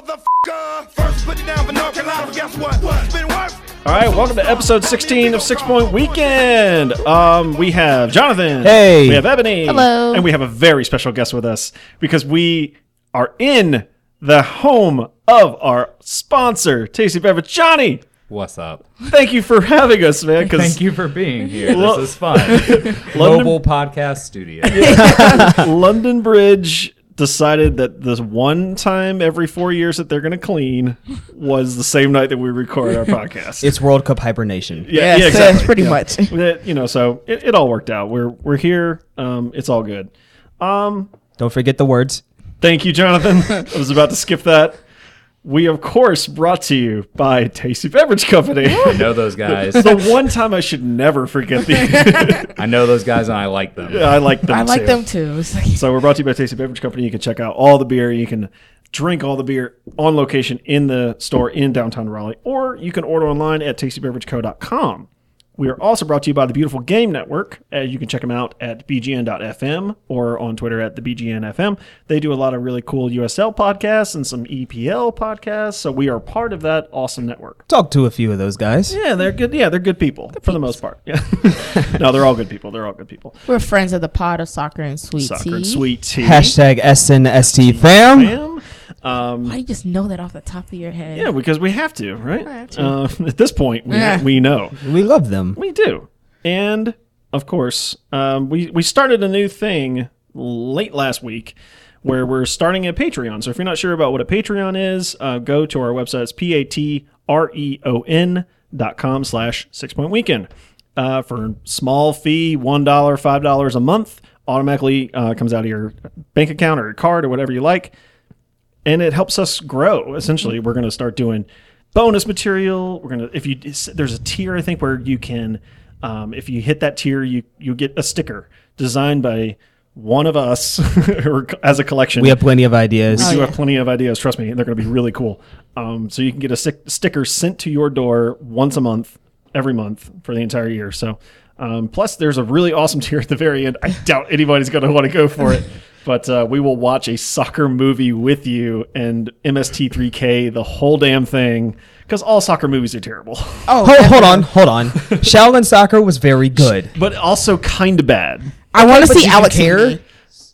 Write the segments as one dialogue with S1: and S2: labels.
S1: America. First, put it down for North Carolina. but Guess what? It's been worth.
S2: All right, welcome to episode 16 of Six Point Weekend. Um, we have Jonathan.
S3: Hey.
S2: We have Ebony.
S4: Hello.
S2: And we have a very special guest with us because we are in the home of our sponsor, Tasty Beverage. Johnny,
S3: What's up?
S2: thank you for having us, man. 'cause
S3: Thank you for being here.
S2: Well-
S3: This is fun. Mobile podcast studio.
S2: London Bridge decided that the one time every four years that they're going to clean was the same night that we record our podcast.
S5: It's World Cup hibernation.
S2: yeah, yeah,
S4: Yes,
S2: exactly.
S4: yes, pretty much.
S2: that you know so it, it all worked out we're we're here um it's all good um
S5: Don't forget the words.
S2: thank you jonathan i was about to skip that we of course brought to you by tasty beverage company
S3: I know those guys.
S2: the one time i should never forget the
S3: I know those guys and I like them.
S2: i like them
S4: I like
S2: too.
S4: them too. It's like-
S2: so we're brought to you by tasty beverage company you can check out all the beer you can drink all the beer on location in the store in downtown raleigh or you can order online at tastybeverageco.com We are also brought to you by the Beautiful Game Network. Uh, you can check them out at bgn.fm or on Twitter at the bgnfm. They do a lot of really cool USL podcasts and some EPL podcasts. So we are part of that awesome network.
S5: Talk to a few of those guys.
S2: Yeah, they're good. Yeah, they're good people for the most part. Yeah, no, they're all good people. They're all good people.
S4: We're friends of the pod of soccer and sweet
S2: Soccer
S4: tea.
S2: and sweet tea.
S5: Hashtag SNST fam.
S2: Bam. Um,
S4: Why you just know that off the top of your head?
S2: yeah, because we have to, right?
S4: I have to.
S2: Uh, at this point, we,
S4: Yeah.
S2: we know.
S5: We love them.
S2: We do. And of course, um, we, we started a new thing late last week where we're starting a Patreon. So if you're not sure about what a Patreon is, uh, go to our website. It's P A T R E O N dot com slash six point weekend. Uh, for a small fee, $1, $5 a month, automatically uh, comes out of your bank account or your card or whatever you like and it helps us grow. Essentially, we're going to start doing bonus material. We're going to if you there's a tier I think where you can um, if you hit that tier you you get a sticker designed by one of us or as a collection.
S5: We have plenty of ideas.
S2: We do
S4: Oh, yeah.
S2: have plenty of ideas. Trust me, they're going to be really cool. Um, so you can get a stick sticker sent to your door once a month, every month for the entire year. So, um, plus there's a really awesome tier at the very end. I doubt anybody's going to want to go for it, but uh, we will watch a soccer movie with you and MST3K the whole damn thing because all soccer movies are terrible,
S4: Oh,
S5: Hold, hold
S4: definitely.
S5: on, hold on. Shaolin soccer was very good.
S2: but also kind of bad.
S4: I want to
S5: but
S4: see
S5: you can
S4: Alex
S5: care.
S4: and me.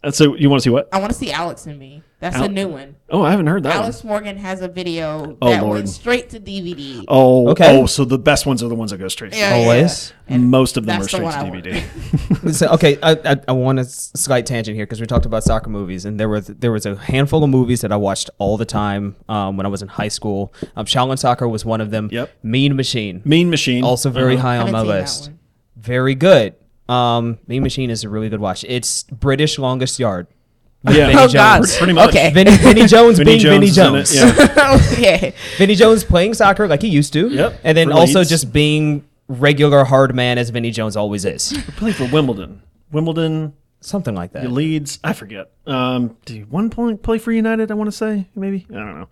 S2: And so you want to see what?
S4: I want to see Alex and me. That's a new one.
S2: Oh, I haven't heard that. one.
S4: Alex Morgan has a video
S2: Oh,
S4: that
S2: Lord.
S4: went straight to DVD.
S2: Oh,
S5: Okay.
S2: oh, so the best ones are the ones that go straight. to
S4: Oh, Yeah,
S5: Always.
S2: Most of them
S4: That's
S2: are
S4: the
S2: straight
S4: one
S2: to
S4: I want.
S2: DVD.
S5: So, okay, I, I, I want a s- slight tangent here because we talked about soccer movies, and there was there was a handful of movies that I watched all the time um, when I was in high school. Um, Shaolin soccer was one of them.
S2: Yep.
S5: Mean Machine,
S2: Mean Machine.
S5: also very
S2: Uh-huh.
S5: high
S4: I
S5: on
S4: haven't
S5: my
S4: seen that
S5: list.
S4: one.
S5: Very good. Um, mean Machine is a really good watch. It's British longest yard.
S2: Yeah.
S5: Vinny
S4: Oh God.
S5: Jones.
S2: Pretty much.
S4: Okay.
S5: Vinny, Vinny Jones
S2: Vinny
S5: being Vinny
S2: is in it,
S5: Jones.
S2: yeah.
S4: okay.
S5: Vinny Jones playing soccer like he used to.
S2: Yep,
S5: And then
S2: for
S5: also
S2: Leeds.
S5: just being regular hard man as Vinny Jones always is.
S2: Played for Wimbledon. Wimbledon,
S5: Something like that.
S2: Leeds, I forget. Um, did he one point play for United? I want to say maybe. I don't know.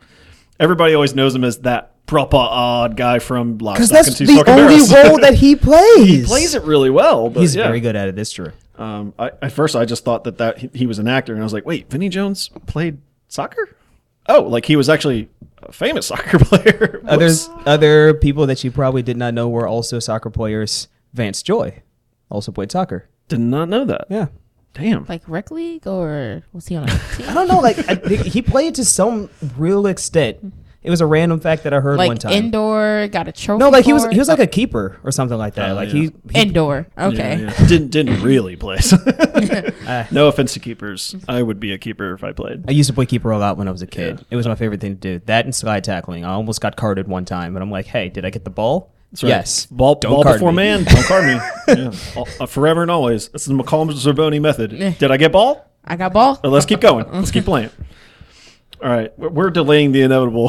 S2: Everybody always knows him as that proper odd guy from
S5: Because
S2: Lockstock and
S5: that's
S2: Two
S5: the
S2: Smoking
S5: only
S2: Barrels.
S5: role that he plays.
S2: he plays it really well. But
S5: He's
S2: yeah.
S5: very good at it. It's true.
S2: Um, I, at first, I just thought that that he, he was an actor, and I was like, wait, Vinny Jones played soccer? Oh, like he was actually a famous soccer player. Whoops.
S5: Others, other people that you probably did not know were also soccer players. Vance Joy also played soccer.
S2: did not know that.
S5: Yeah.
S2: Damn.
S4: Like rec league or was he on a team?
S5: I don't know. Like I, think he played to some real extent. It was a random fact that I heard one
S4: like
S5: time.
S4: indoor, got a trophy.
S5: no, like he was
S4: for
S5: he was
S4: it?
S5: like a keeper or something like that.
S2: Oh,
S5: like
S2: yeah.
S5: he, he
S4: indoor. Okay.
S2: Yeah, Uh, yeah. Didn't didn't really play. no offense to keepers. I would be a keeper if I played.
S5: I used to play keeper a lot when I was a kid. It was my favorite thing to do. That and slide tackling. I almost got carded one time, but I'm like, hey, did I get the ball?
S2: That's right.
S5: Yes.
S2: Ball,
S5: Don't
S2: ball
S5: card
S2: before
S5: me.
S2: man. Don't card me. Yeah. All- uh, forever and always. That's the McCollum Zerboni method.
S5: Eh.
S2: Did I get ball?
S4: I got ball.
S2: Well, let's keep going. Let's keep playing. All right, we're- we're delaying the inevitable.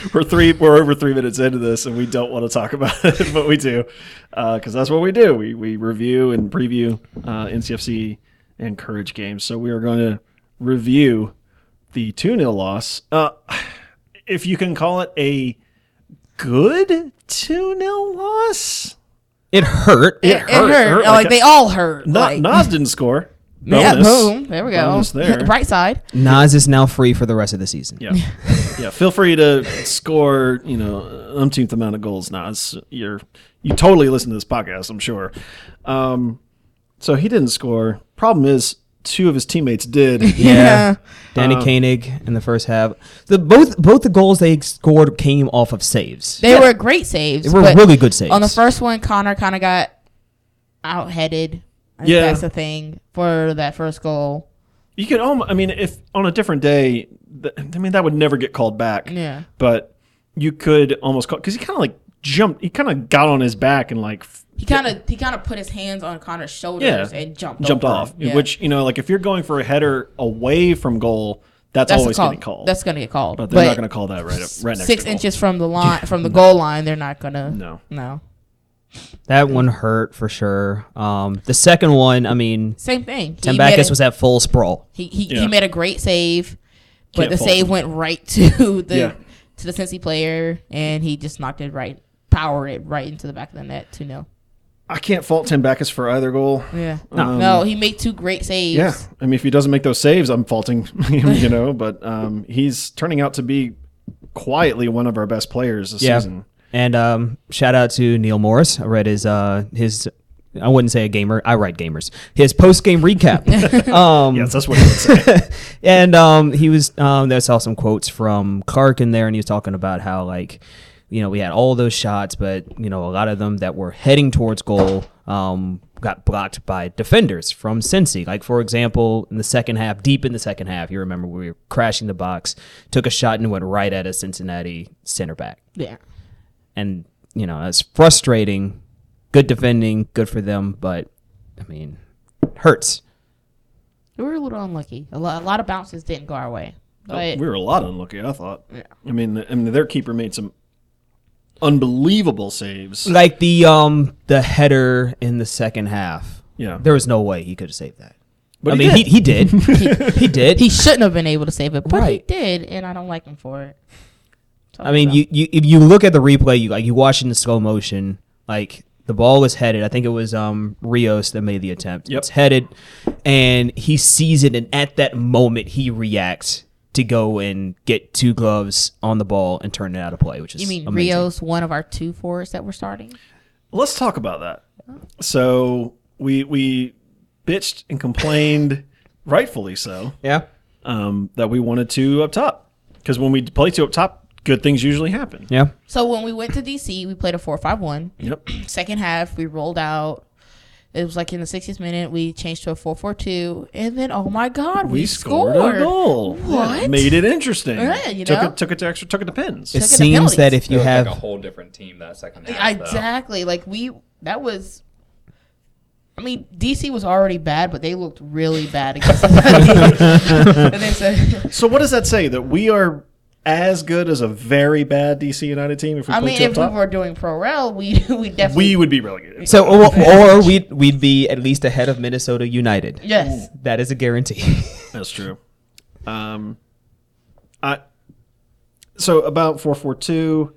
S2: we're three. We're over three minutes into this, and we don't want to talk about it, but we do because that's what we do. We we review and preview uh, NCFC and Courage games. So we are going to review the two 0 loss, uh, if you can call it a good two 0 loss.
S5: It hurt.
S4: It, it hurt. Oh,
S2: hurt, hurt
S4: Like,
S2: like a-
S4: they all hurt.
S2: Na-
S4: like,
S2: Nas didn't score.
S4: Yeah,
S2: Bonus.
S4: boom. There we go.
S2: Bonus there.
S4: Bright side.
S5: Nas is now free for the rest of the season.
S2: Yeah. yeah. Feel free to score, you know, umpteenth amount of goals, Nas. You're you totally listen to this podcast, I'm sure. Um, so he didn't score. Problem is two of his teammates did.
S5: Danny Koenig in the first half. The both both the goals they scored came off of saves.
S4: They were great saves.
S5: They were
S4: but
S5: really good saves.
S4: On the first one, Connor kind of got outheaded. I think
S2: Yeah.
S4: that's the thing for that first goal.
S2: You could almost, I mean, if on a different day, th- I mean, that would never get called back.
S4: Yeah.
S2: But you could almost call, because he kind of like jumped, he kind of got on his back and like f-
S4: He kind of he kind of put his hands on Connor's shoulders
S2: Yeah.
S4: and jumped
S2: jumped
S4: over
S2: off,
S4: him. Yeah.
S2: which, you know, like if you're going for a header away from goal, that's,
S4: that's
S2: always
S4: a call.
S2: getting called.
S4: That's gonna get called.
S2: but they're not going to call that right up, right next
S4: six
S2: to goal.
S4: inches from the line from the goal line. They're not gonna.
S2: No.
S4: No.
S5: that one hurt for sure. Um, the second one, I mean,
S4: Same thing. He made
S5: Tembakis
S4: a-
S5: was at full sprawl.
S4: He he,
S2: Yeah.
S4: he made a great save, but
S2: Can't
S4: the
S2: fault
S4: save
S2: him.
S4: went right to the
S2: Yeah.
S4: to the Cincy player, and he just knocked it right, powered it right into the back of the net to nil.
S2: I can't fault Tim Backus for either goal.
S4: Yeah,
S2: Um,
S4: no, he made two great saves.
S2: Yeah, I mean, if he doesn't make those saves, I'm faulting him, you know. But um, he's turning out to be quietly one of our best players this season.
S5: And um, shout out to Neil Morris. I read his uh, his I wouldn't say a gamer. I write gamers. His post game recap. um,
S2: Yes, that's what he would say.
S5: and um, he was um, there. Saw some quotes from Clark in there, and he was talking about how like, you know, we had all those shots, but you know, a lot of them that were heading towards goal um, got blocked by defenders from Cincy. Like for example, in the second half, deep in the second half, you remember we were crashing the box, took a shot and went right at a Cincinnati center back,
S4: yeah.
S5: and you know, it's frustrating. Good defending, good for them, but I mean, hurts.
S4: We were a little unlucky. A lot, a lot of bounces didn't go our way, but
S2: we were a lot unlucky, I thought. Yeah. I mean, I mean, their keeper made some unbelievable saves.
S5: like the um the header in the second half.
S2: Yeah.
S5: There was no way he could have saved that.
S2: But
S5: I
S2: he
S5: mean,
S2: did.
S5: he did. he did. he did.
S4: he shouldn't have been able to save it, but
S5: Right.
S4: he did, and I don't like him for it.
S5: I mean, you, you if you look at the replay, you like you watch it in slow motion, like the ball was headed. I think it was um Rios that made the attempt.
S2: Yep.
S5: It's headed, and he sees it, and at that moment he reacts to go and get two gloves on the ball and turn it out of play, which is
S4: You mean
S5: amazing.
S4: Rios, one of our two forwards that we're starting?
S2: Let's talk about that. So we we bitched and complained, rightfully so,
S5: Yeah.
S2: um, that we wanted two up top because when we play two up top, good things usually happen.
S5: Yeah.
S4: So when we went to DC, we played a four-five-one.
S2: Yep.
S4: second half we rolled out it was like in the 60th minute we changed to a 4-4-2 and then oh my god we,
S2: We
S4: scored,
S2: scored, a goal.
S4: What?
S2: Yeah, made it interesting.
S4: Yeah, you
S2: took
S4: know?
S2: it took it to extra took it to pins.
S5: It
S4: Took it to
S5: seems that
S4: penalties.
S5: if you have
S3: like a whole different team that second half.
S4: exactly like we that was I mean, DC was already bad, but they looked really bad against us. and then so,
S2: so what does that say? That we are as good as a very bad DC United team if we
S4: I
S2: play
S4: mean,
S2: two up
S4: if we
S2: top?
S4: were doing pro rel, we we definitely
S2: we would be relegated.
S5: so, or, or we'd we'd be at least ahead of Minnesota United.
S4: yes.
S5: That is a guarantee.
S2: That's true. Um, I so about four four two.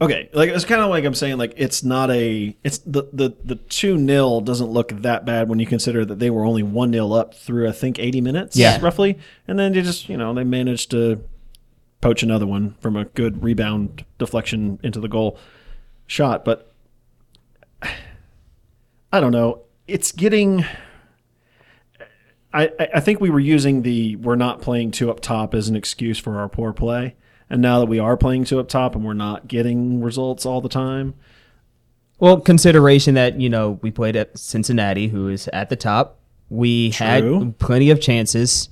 S2: Okay, like it's kind of like I'm saying, like it's not a it's the the the two 0 doesn't look that bad when you consider that they were only one 0 up through I think 80 minutes,
S4: Yeah.
S2: roughly, and then they just you know they managed to poach another one from a good rebound deflection into the goal shot, but I don't know. It's getting. I, I- I think we were using the we're not playing two up top as an excuse for our poor play. And now that we are playing two up top and we're not getting results all the time,
S5: Well, consideration that you know we played at Cincinnati, who is at the top. We
S2: True.
S5: had plenty of chances.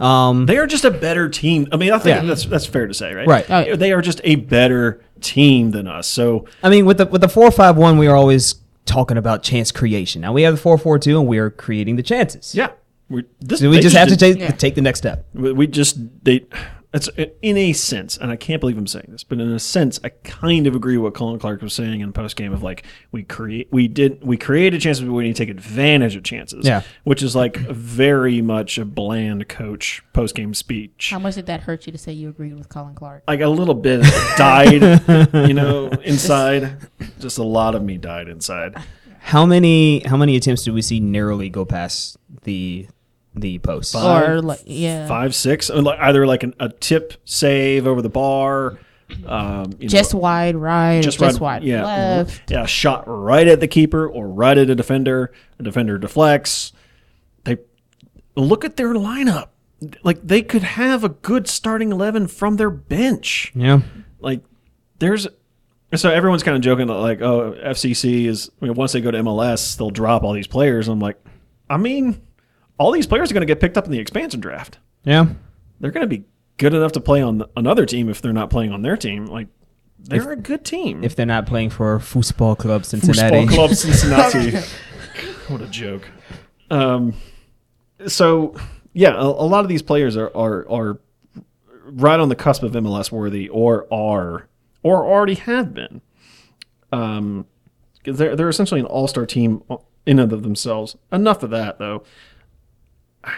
S5: Um,
S2: they are just a better team. I mean, I think
S5: Yeah.
S2: that's that's fair to say, right?
S5: Right. Oh,
S4: yeah.
S2: They are just a better team than us. So
S5: I mean, with the with the four five one, we are always talking about chance creation. Now we have the four four two, and we are creating the chances.
S2: yeah, we this
S5: So we
S2: they
S5: just have to
S2: did-
S5: take,
S4: Yeah.
S5: take the next step.
S2: We we just they. It's in a sense, and I can't believe I'm saying this, but in a sense, I kind of agree with what Colin Clark was saying in post game of like we create we did we created chances, but we need to take advantage of chances.
S5: Yeah.
S2: which is like very much a bland coach post game speech.
S4: How much did that hurt you to say you agreed with Colin Clark?
S2: Like a little bit died, you know, inside. Just a lot of me died inside.
S5: How many how many attempts did we see narrowly go past the the post?
S4: or like yeah,
S2: Five, six, or like- either like an, a tip save over the bar, um, you know,
S4: just wide right, or just, wide
S2: yeah,
S4: left.
S2: yeah, shot right at the keeper or right at a defender. A defender deflects. They look at their lineup. Like they could have a good starting eleven from their bench.
S5: Yeah.
S2: like there's so everyone's kind of joking like oh FCC is I mean, once they go to MLS they'll drop all these players I'm like I mean all these players are going to get picked up in the expansion draft
S5: Yeah.
S2: they're going to be good enough to play on another team if they're not playing on their team like they're a good team
S5: If they're not playing for football club Cincinnati.
S2: Football Club Cincinnati what a joke um so yeah a, a lot of these players are are are right on the cusp of MLS worthy or are or already have been. Um, 'cause they're, they're essentially an all star team in and of themselves. Enough of that, though.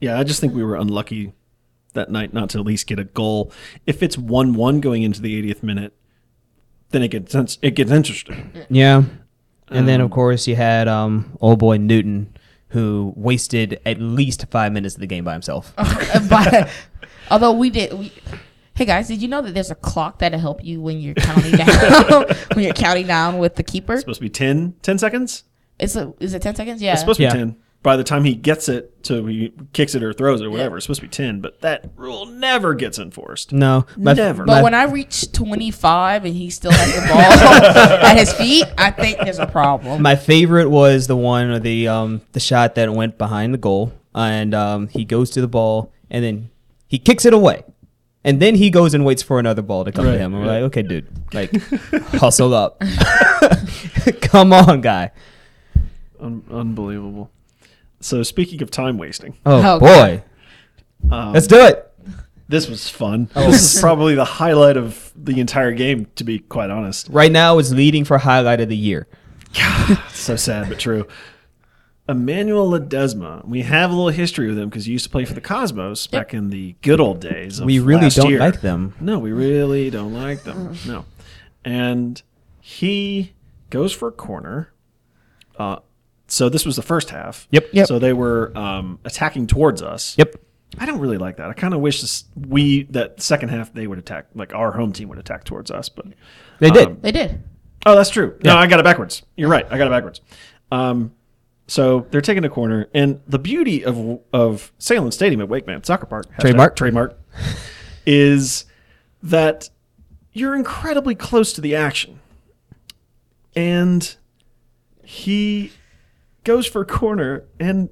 S2: Yeah, I just think we were unlucky that night not to at least get a goal. If it's 1 1 going into the 80th minute, then it gets ins- it gets interesting.
S5: Yeah. And then of course you had um old boy Newton who wasted at least five minutes of the game by himself.
S4: Uh-huh. Uh, but although we did we hey guys did you know that there's a clock that'll help you when you're counting down when you're counting down with the keeper
S2: supposed to be 10, 10 seconds?
S4: it's a, is it 10 seconds yeah
S2: It's supposed to
S5: Yeah.
S2: be 10. By the time he gets it to he kicks it or throws it or whatever, it's supposed to be 10, but that rule never gets enforced.
S5: No. My,
S2: Never.
S4: but
S5: my-
S4: when I reach 25 and he still has the ball at his feet, I think there's a problem.
S5: My favorite was the one or the um the shot that went behind the goal, and um he goes to the ball and then he kicks it away, and then he goes and waits for another ball to come to
S2: Right,
S5: him. I'm
S2: right.
S5: like, okay, dude, like hustle up, come on, guy.
S2: Un- unbelievable. So speaking of time wasting, um,
S5: Oh,
S4: Oh,
S5: boy, let's do it.
S2: this was fun.
S5: Oh.
S2: This is probably the highlight of the entire game, to be quite honest.
S5: Right now it's leading for highlight of the year.
S2: It's so sad but true. Emmanuel Ledesma. We have a little history with him because he used to play for the Cosmos back in the good old days. Of
S5: We really
S2: last
S5: don't
S2: year.
S5: like them.
S2: No, we really don't like them. No, and he goes for a corner. Uh, so this was the first half.
S5: Yep. Yep.
S2: So they were um, attacking towards us.
S5: Yep.
S2: I don't really like that. I kind of wish this, we that second half they would attack, like our home team would attack towards us. But
S5: They did.
S4: They did.
S2: oh, that's true. No, I got it backwards. You're right. I got it backwards. Um, so they're taking a corner, and the beauty of of Salem Stadium at Wake Man Soccer Park hashtag
S5: Trademark.
S2: trademark is that you're incredibly close to the action, and he goes for a corner, and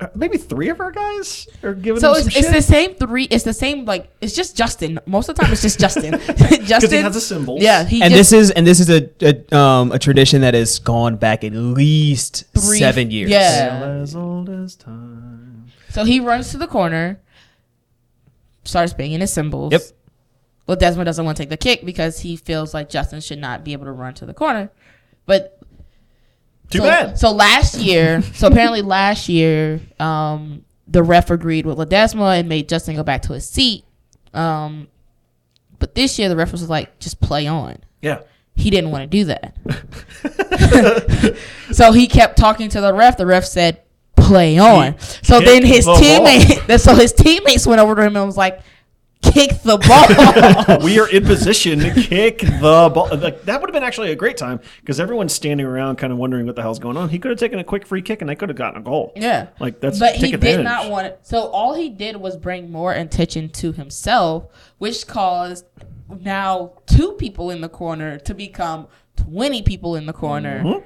S2: uh, maybe three of our guys are giving
S4: So
S2: him
S4: it's,
S2: some
S4: it's
S2: shit.
S4: the same three. It's the same like it's just Justin. Most of the time, it's just Justin. Justin
S2: has the symbols.
S4: Yeah, he
S5: And
S4: just
S5: this is and this is a, a um a tradition that has gone back at least
S4: three-
S5: seven years.
S4: Yeah.
S2: as old as time.
S4: So he runs to the corner, starts banging his cymbals.
S5: Yep.
S4: Well, Desmond doesn't want to take the kick because he feels like Justin should not be able to run to the corner. But
S2: Too
S4: so,
S2: bad.
S4: So last year, so apparently last year, um, the ref agreed with Ledesma and made Justin go back to his seat. Um, but this year, the ref was like, just play on.
S2: Yeah.
S4: He didn't want to do that. so he kept talking to the ref. The ref said, play on. So
S2: kicked
S4: then his
S2: the ball.
S4: teammate, so his teammates went over to him and was like, kick the ball.
S2: we are in position to kick the ball. Like, that would have been actually a great time because everyone's standing around, kind of wondering what the hell's going on. He could have taken a quick free kick, and they could have gotten a goal.
S4: Yeah.
S2: like that's
S4: but
S2: take
S4: he
S2: advantage.
S4: did not want it. So all he did was bring more attention to himself, which caused now two people in the corner to become twenty people in the corner,
S2: Mm-hmm.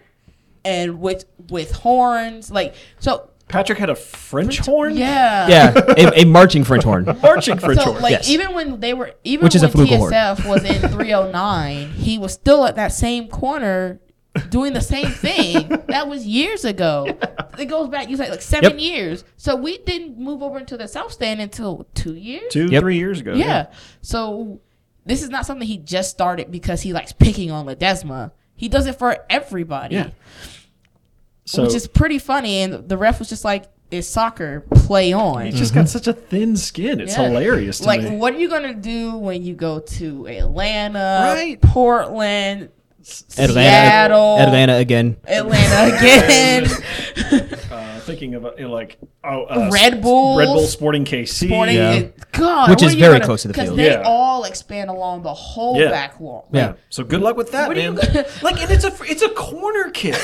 S4: and with with horns like so.
S2: Patrick had a French horn.
S4: Yeah.
S5: Yeah, a, a marching French horn.
S2: marching French
S4: So
S2: horn.
S4: like
S5: Yes.
S4: even when they were even
S5: Which is a
S4: when
S5: flugel horn.
S4: TSF was in 309, he was still at that same corner doing the same thing. that was years ago. It goes back you say like 7
S5: Yep.
S4: years. So we didn't move over into the south stand until 2 years.
S2: Two,
S5: Yep.
S2: three years ago.
S4: yeah. So this is not something he just started because he likes picking on Ledesma. He does it for everybody,
S2: Yeah. So
S4: which is pretty funny and the ref was just like it's soccer, play on.
S2: he's
S5: Mm-hmm.
S2: just got such a thin skin. It's
S4: Yeah.
S2: hilarious to
S4: like,
S2: me.
S4: what are you gonna do when you go to Atlanta,
S2: Right.
S4: Portland,
S5: Atlanta,
S4: Seattle.
S5: Atlanta again.
S4: Atlanta again.
S2: Uh, thinking of uh, you know, like oh, uh,
S4: Red Bull.
S2: Red Bull Sporting KC.
S4: Sporting
S5: Yeah.
S4: God,
S5: Which
S4: what
S5: is
S4: are you
S5: very
S4: gonna-
S5: close to the field.
S4: They
S2: Yeah.
S4: all expand along the whole
S2: Yeah.
S4: back wall. Like,
S5: Yeah.
S2: So good luck with that,
S4: What are you
S2: man.
S4: gonna-
S2: like, and it's a it's a corner kick.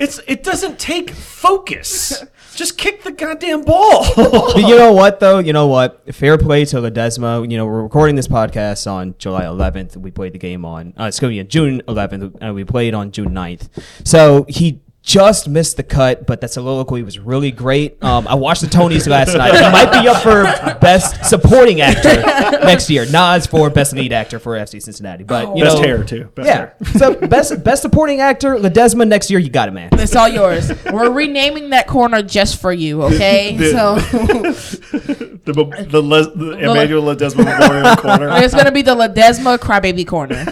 S2: it's it doesn't take focus. Just kick the goddamn ball.
S5: But you know what, though? You know what? Fair play to Ledesma. You know, we're recording this podcast on July 11th. We played the game on, uh, excuse me, June 11th, and we played on June 9th. So he just missed the cut, but that soliloquy was really great. Um, I watched the Tonys last night. He might be up for Best Supporting Actor next year. Nas for Best Lead Actor for FC Cincinnati. But, you
S2: Best
S5: know,
S2: hair too. Best
S5: yeah.
S2: hair.
S5: so best best supporting actor Ledesma next year. You got it, man.
S4: It's all yours. We're renaming that corner just for you, okay? so
S2: The the, Les, the Emmanuel Ledesma Memorial Corner.
S4: it's gonna be the Ledesma Crybaby Corner.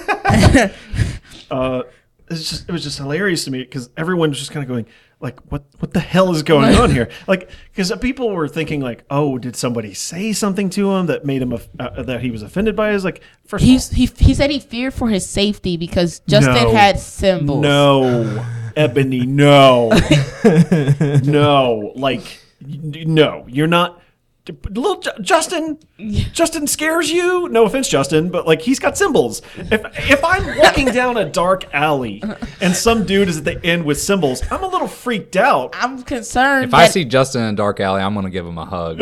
S2: Uh, it's just, it was just hilarious to me because everyone was just kind of going like, "What what the hell is going on here?" Like, because people were thinking like, "Oh, did somebody say something to him that made him of- uh, that he was offended by?" Is like, first of all,
S4: He's, he he said he feared for his safety because Justin
S2: No.
S4: had symbols.
S2: No, Ebony, no. no, like, y- no, you're not. Little Ju- Justin, Justin scares you. No offense, Justin, but like he's got symbols. If if I'm walking down a dark alley and some dude is at the end with symbols, I'm a little freaked out.
S4: I'm concerned.
S3: If I
S4: that-
S3: see Justin in a dark alley, I'm gonna give him a hug.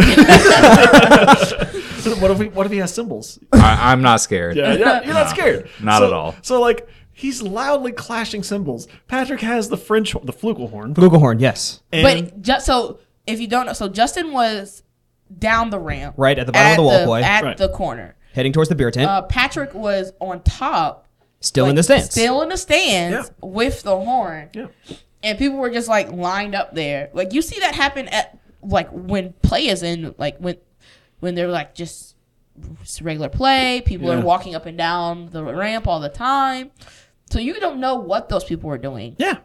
S2: What if he, what if he has symbols?
S3: I, I'm not scared.
S2: Yeah, you're not, you're not scared.
S3: not
S2: So-
S3: at all.
S2: So like he's loudly clashing cymbals. Patrick has the French the flugelhorn.
S5: Flugelhorn, yes,
S2: And
S4: But just so if you don't know, so Justin was down the ramp,
S5: Right, at the bottom of the walkway.
S4: at
S2: Right.
S4: the corner.
S5: heading towards the beer tent.
S4: Uh, Patrick was on top,
S5: still in
S4: like,
S5: the stands.
S4: still in the stands
S2: Yeah.
S4: with the horn,
S2: yeah.
S4: and people were just like lined up there. Like you see that happen at like when play is in, like when when they're like just s- regular play. People
S2: Yeah.
S4: are walking up and down the ramp all the time. So you don't know what those people are doing.
S2: Yeah.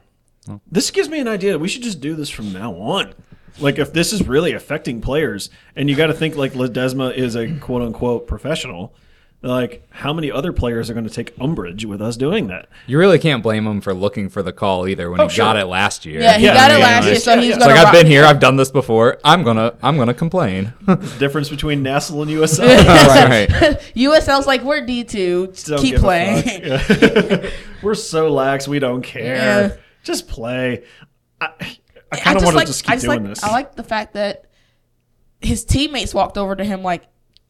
S2: This gives me an idea. We should just do this from now on. Like, if this is really affecting players, and you got to think like Ledesma is a quote unquote professional, like, how many other players are going to take umbrage with us doing that?
S3: You really can't blame him for looking for the call either when
S2: Oh,
S3: he
S2: sure.
S3: got it last year.
S4: Yeah, he
S2: Yeah,
S4: got it
S2: yeah,
S4: last
S2: yeah.
S4: year, so he's
S2: It's
S3: It's
S4: gonna.
S3: like I've
S4: rock-
S3: been here, I've done this before. I'm gonna I'm gonna complain.
S2: Difference between Nassel and USL.
S3: right.
S4: USL's like we're D two.
S2: Don't
S4: Keep
S2: give a
S4: playing.
S2: fuck. Yeah. We're so lax. We don't care.
S4: Yeah.
S2: Just play. I, I
S4: I
S2: kind of
S4: just
S2: want
S4: like.
S2: to just
S4: I
S2: keep
S4: just
S2: doing
S4: like.
S2: this.
S4: I like the fact that his teammates walked over to him like,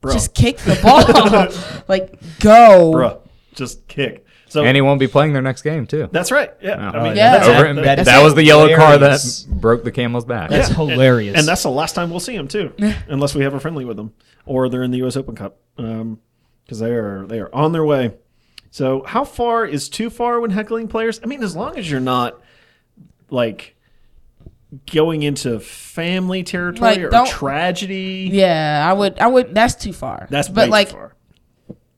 S2: Bruh.
S4: just kick the ball, like go.
S2: Bruh, just kick. So
S3: And he won't be playing their next game too.
S2: that's right. Yeah. I mean,
S4: yeah.
S2: that's
S4: Over
S2: it.
S3: in-
S5: that-
S3: that,
S5: that's
S3: was the yellow
S5: hilarious.
S3: car that broke the camel's back.
S5: That's
S2: and-
S5: hilarious.
S2: And, that's the last time we'll see him too, unless we have a friendly with them or they're in the U.S. Open Cup, because they are they are on their way. So how far is too far when heckling players? I mean, as long as you're not like going into family territory
S4: Like,
S2: or
S4: don't-
S2: tragedy.
S4: Yeah, I would. I would. That's too far.
S2: That's way
S4: but
S2: too
S4: like
S2: far.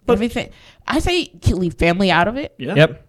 S4: everything. I say you leave family out of it,
S2: Yeah.
S5: Yep.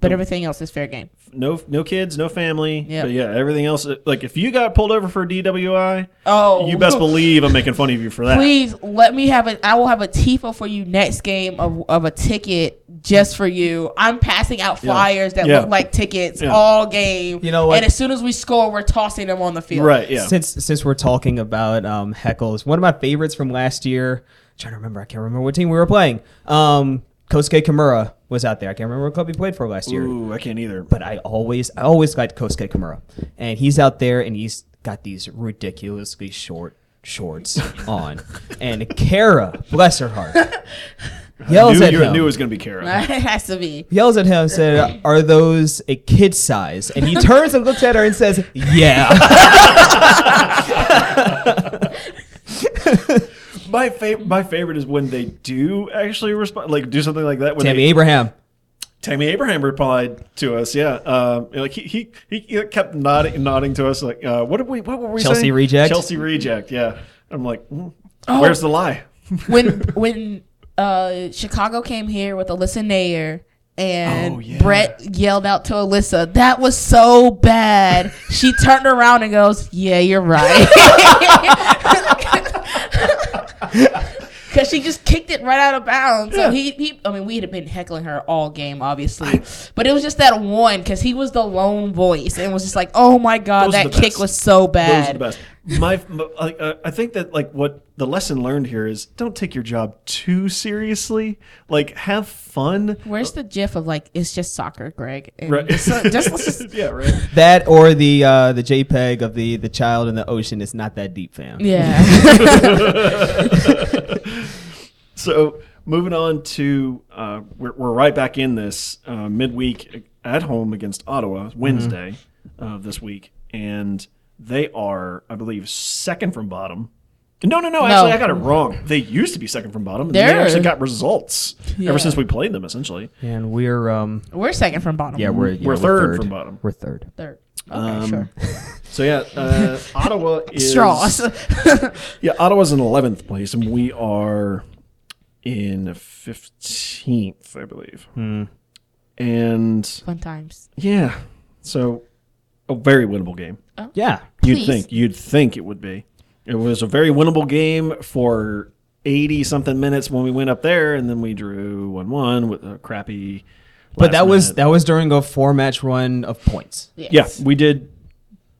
S4: but everything else is fair game.
S2: No no kids, no family.
S4: Yep.
S2: But yeah, everything else uh, like if you got pulled over for a DWI,
S4: Oh,
S2: you best believe I'm making fun of you for that.
S4: Please let me have a. I will have a tifo for you next game of, of a ticket just for you. I'm passing out flyers that
S2: Yeah.
S4: look like tickets
S2: Yeah.
S4: all game.
S5: You know what?
S4: And as soon as we score, we're tossing them on the field.
S2: Right, yeah.
S5: Since since we're talking about um, heckles, one of my favorites from last year. I'm trying to remember, I can't remember what team we were playing. Um, Kosuke Kimura was out there. I can't remember what club he played for last year.
S2: Ooh, I can't either.
S5: But I always I always liked Kosuke Kimura, and he's out there and he's got these ridiculously short shorts on, and Kara, bless her heart,
S2: I
S5: yells
S2: knew,
S5: at
S2: you
S5: him.
S2: knew it was gonna be Kara.
S4: it has to be.
S5: yells at him, said, "Are those a kid size?" And he turns and looks at her and says, "Yeah."
S2: My favorite, my favorite is when they do actually respond, like do something like that. When
S5: Tammy
S2: they,
S5: Abraham.
S2: Tammy Abraham replied to us, yeah, um, like he, he he he kept nodding nodding to us, like uh, what did we what were we
S5: Chelsea
S2: saying?
S5: reject?
S2: Chelsea reject, yeah. I'm like, mm,
S4: Oh.
S2: where's the lie?
S4: when when uh, Chicago came here with Alyssa Nayer and
S2: Oh, yeah.
S4: Brett yelled out to Alyssa, "That was so bad." she turned around and goes, "Yeah, you're right." because she just kicked it right out of bounds.
S2: Yeah.
S4: So he, he, I mean, we had been heckling her all game, obviously, but it was just that one because he was the lone voice and was just like, oh my god,
S2: Those are
S4: that
S2: the
S4: kick
S2: best.
S4: was so
S2: Those are
S4: bad.
S2: the best. My, my like, uh, I think that like what the lesson learned here is don't take your job too seriously. Like have fun.
S4: Where's the gif of like it's just soccer, Greg? And
S2: Uh, Right.
S4: just, just, let's just
S2: yeah. Right.
S5: That or the uh, the JPEG of the the child in the ocean is not that deep, fam.
S4: yeah.
S2: So moving on to uh, we're, we're right back in this uh, midweek at home against Ottawa
S4: Mm-hmm.
S2: Wednesday of this week, and they are I believe second from bottom. No, no, no. Actually,
S4: No.
S2: I got it wrong. They used to be second from bottom. And they
S4: They're-
S2: actually got results
S4: Yeah.
S2: ever since we played them. Essentially,
S5: And we're um
S4: We're second from bottom.
S5: yeah we're yeah,
S2: We're third from bottom.
S5: We're third.
S4: Third. Okay, sure.
S2: so yeah, uh, Ottawa is
S4: Straws.
S2: Yeah, Ottawa's in eleventh place, and we are in fifteenth, I believe.
S4: Hmm.
S2: And
S4: Fun times.
S2: yeah, so a very winnable game.
S5: Yeah.
S2: You'd
S4: Please.
S2: think you'd think it would be. It was a very winnable game for eighty something minutes when we went up there, and then we drew one one with a crappy.
S5: But that
S2: last
S5: was
S2: minute.
S5: that was during a four match run of points.
S2: Yeah,
S4: Yes.
S2: we did.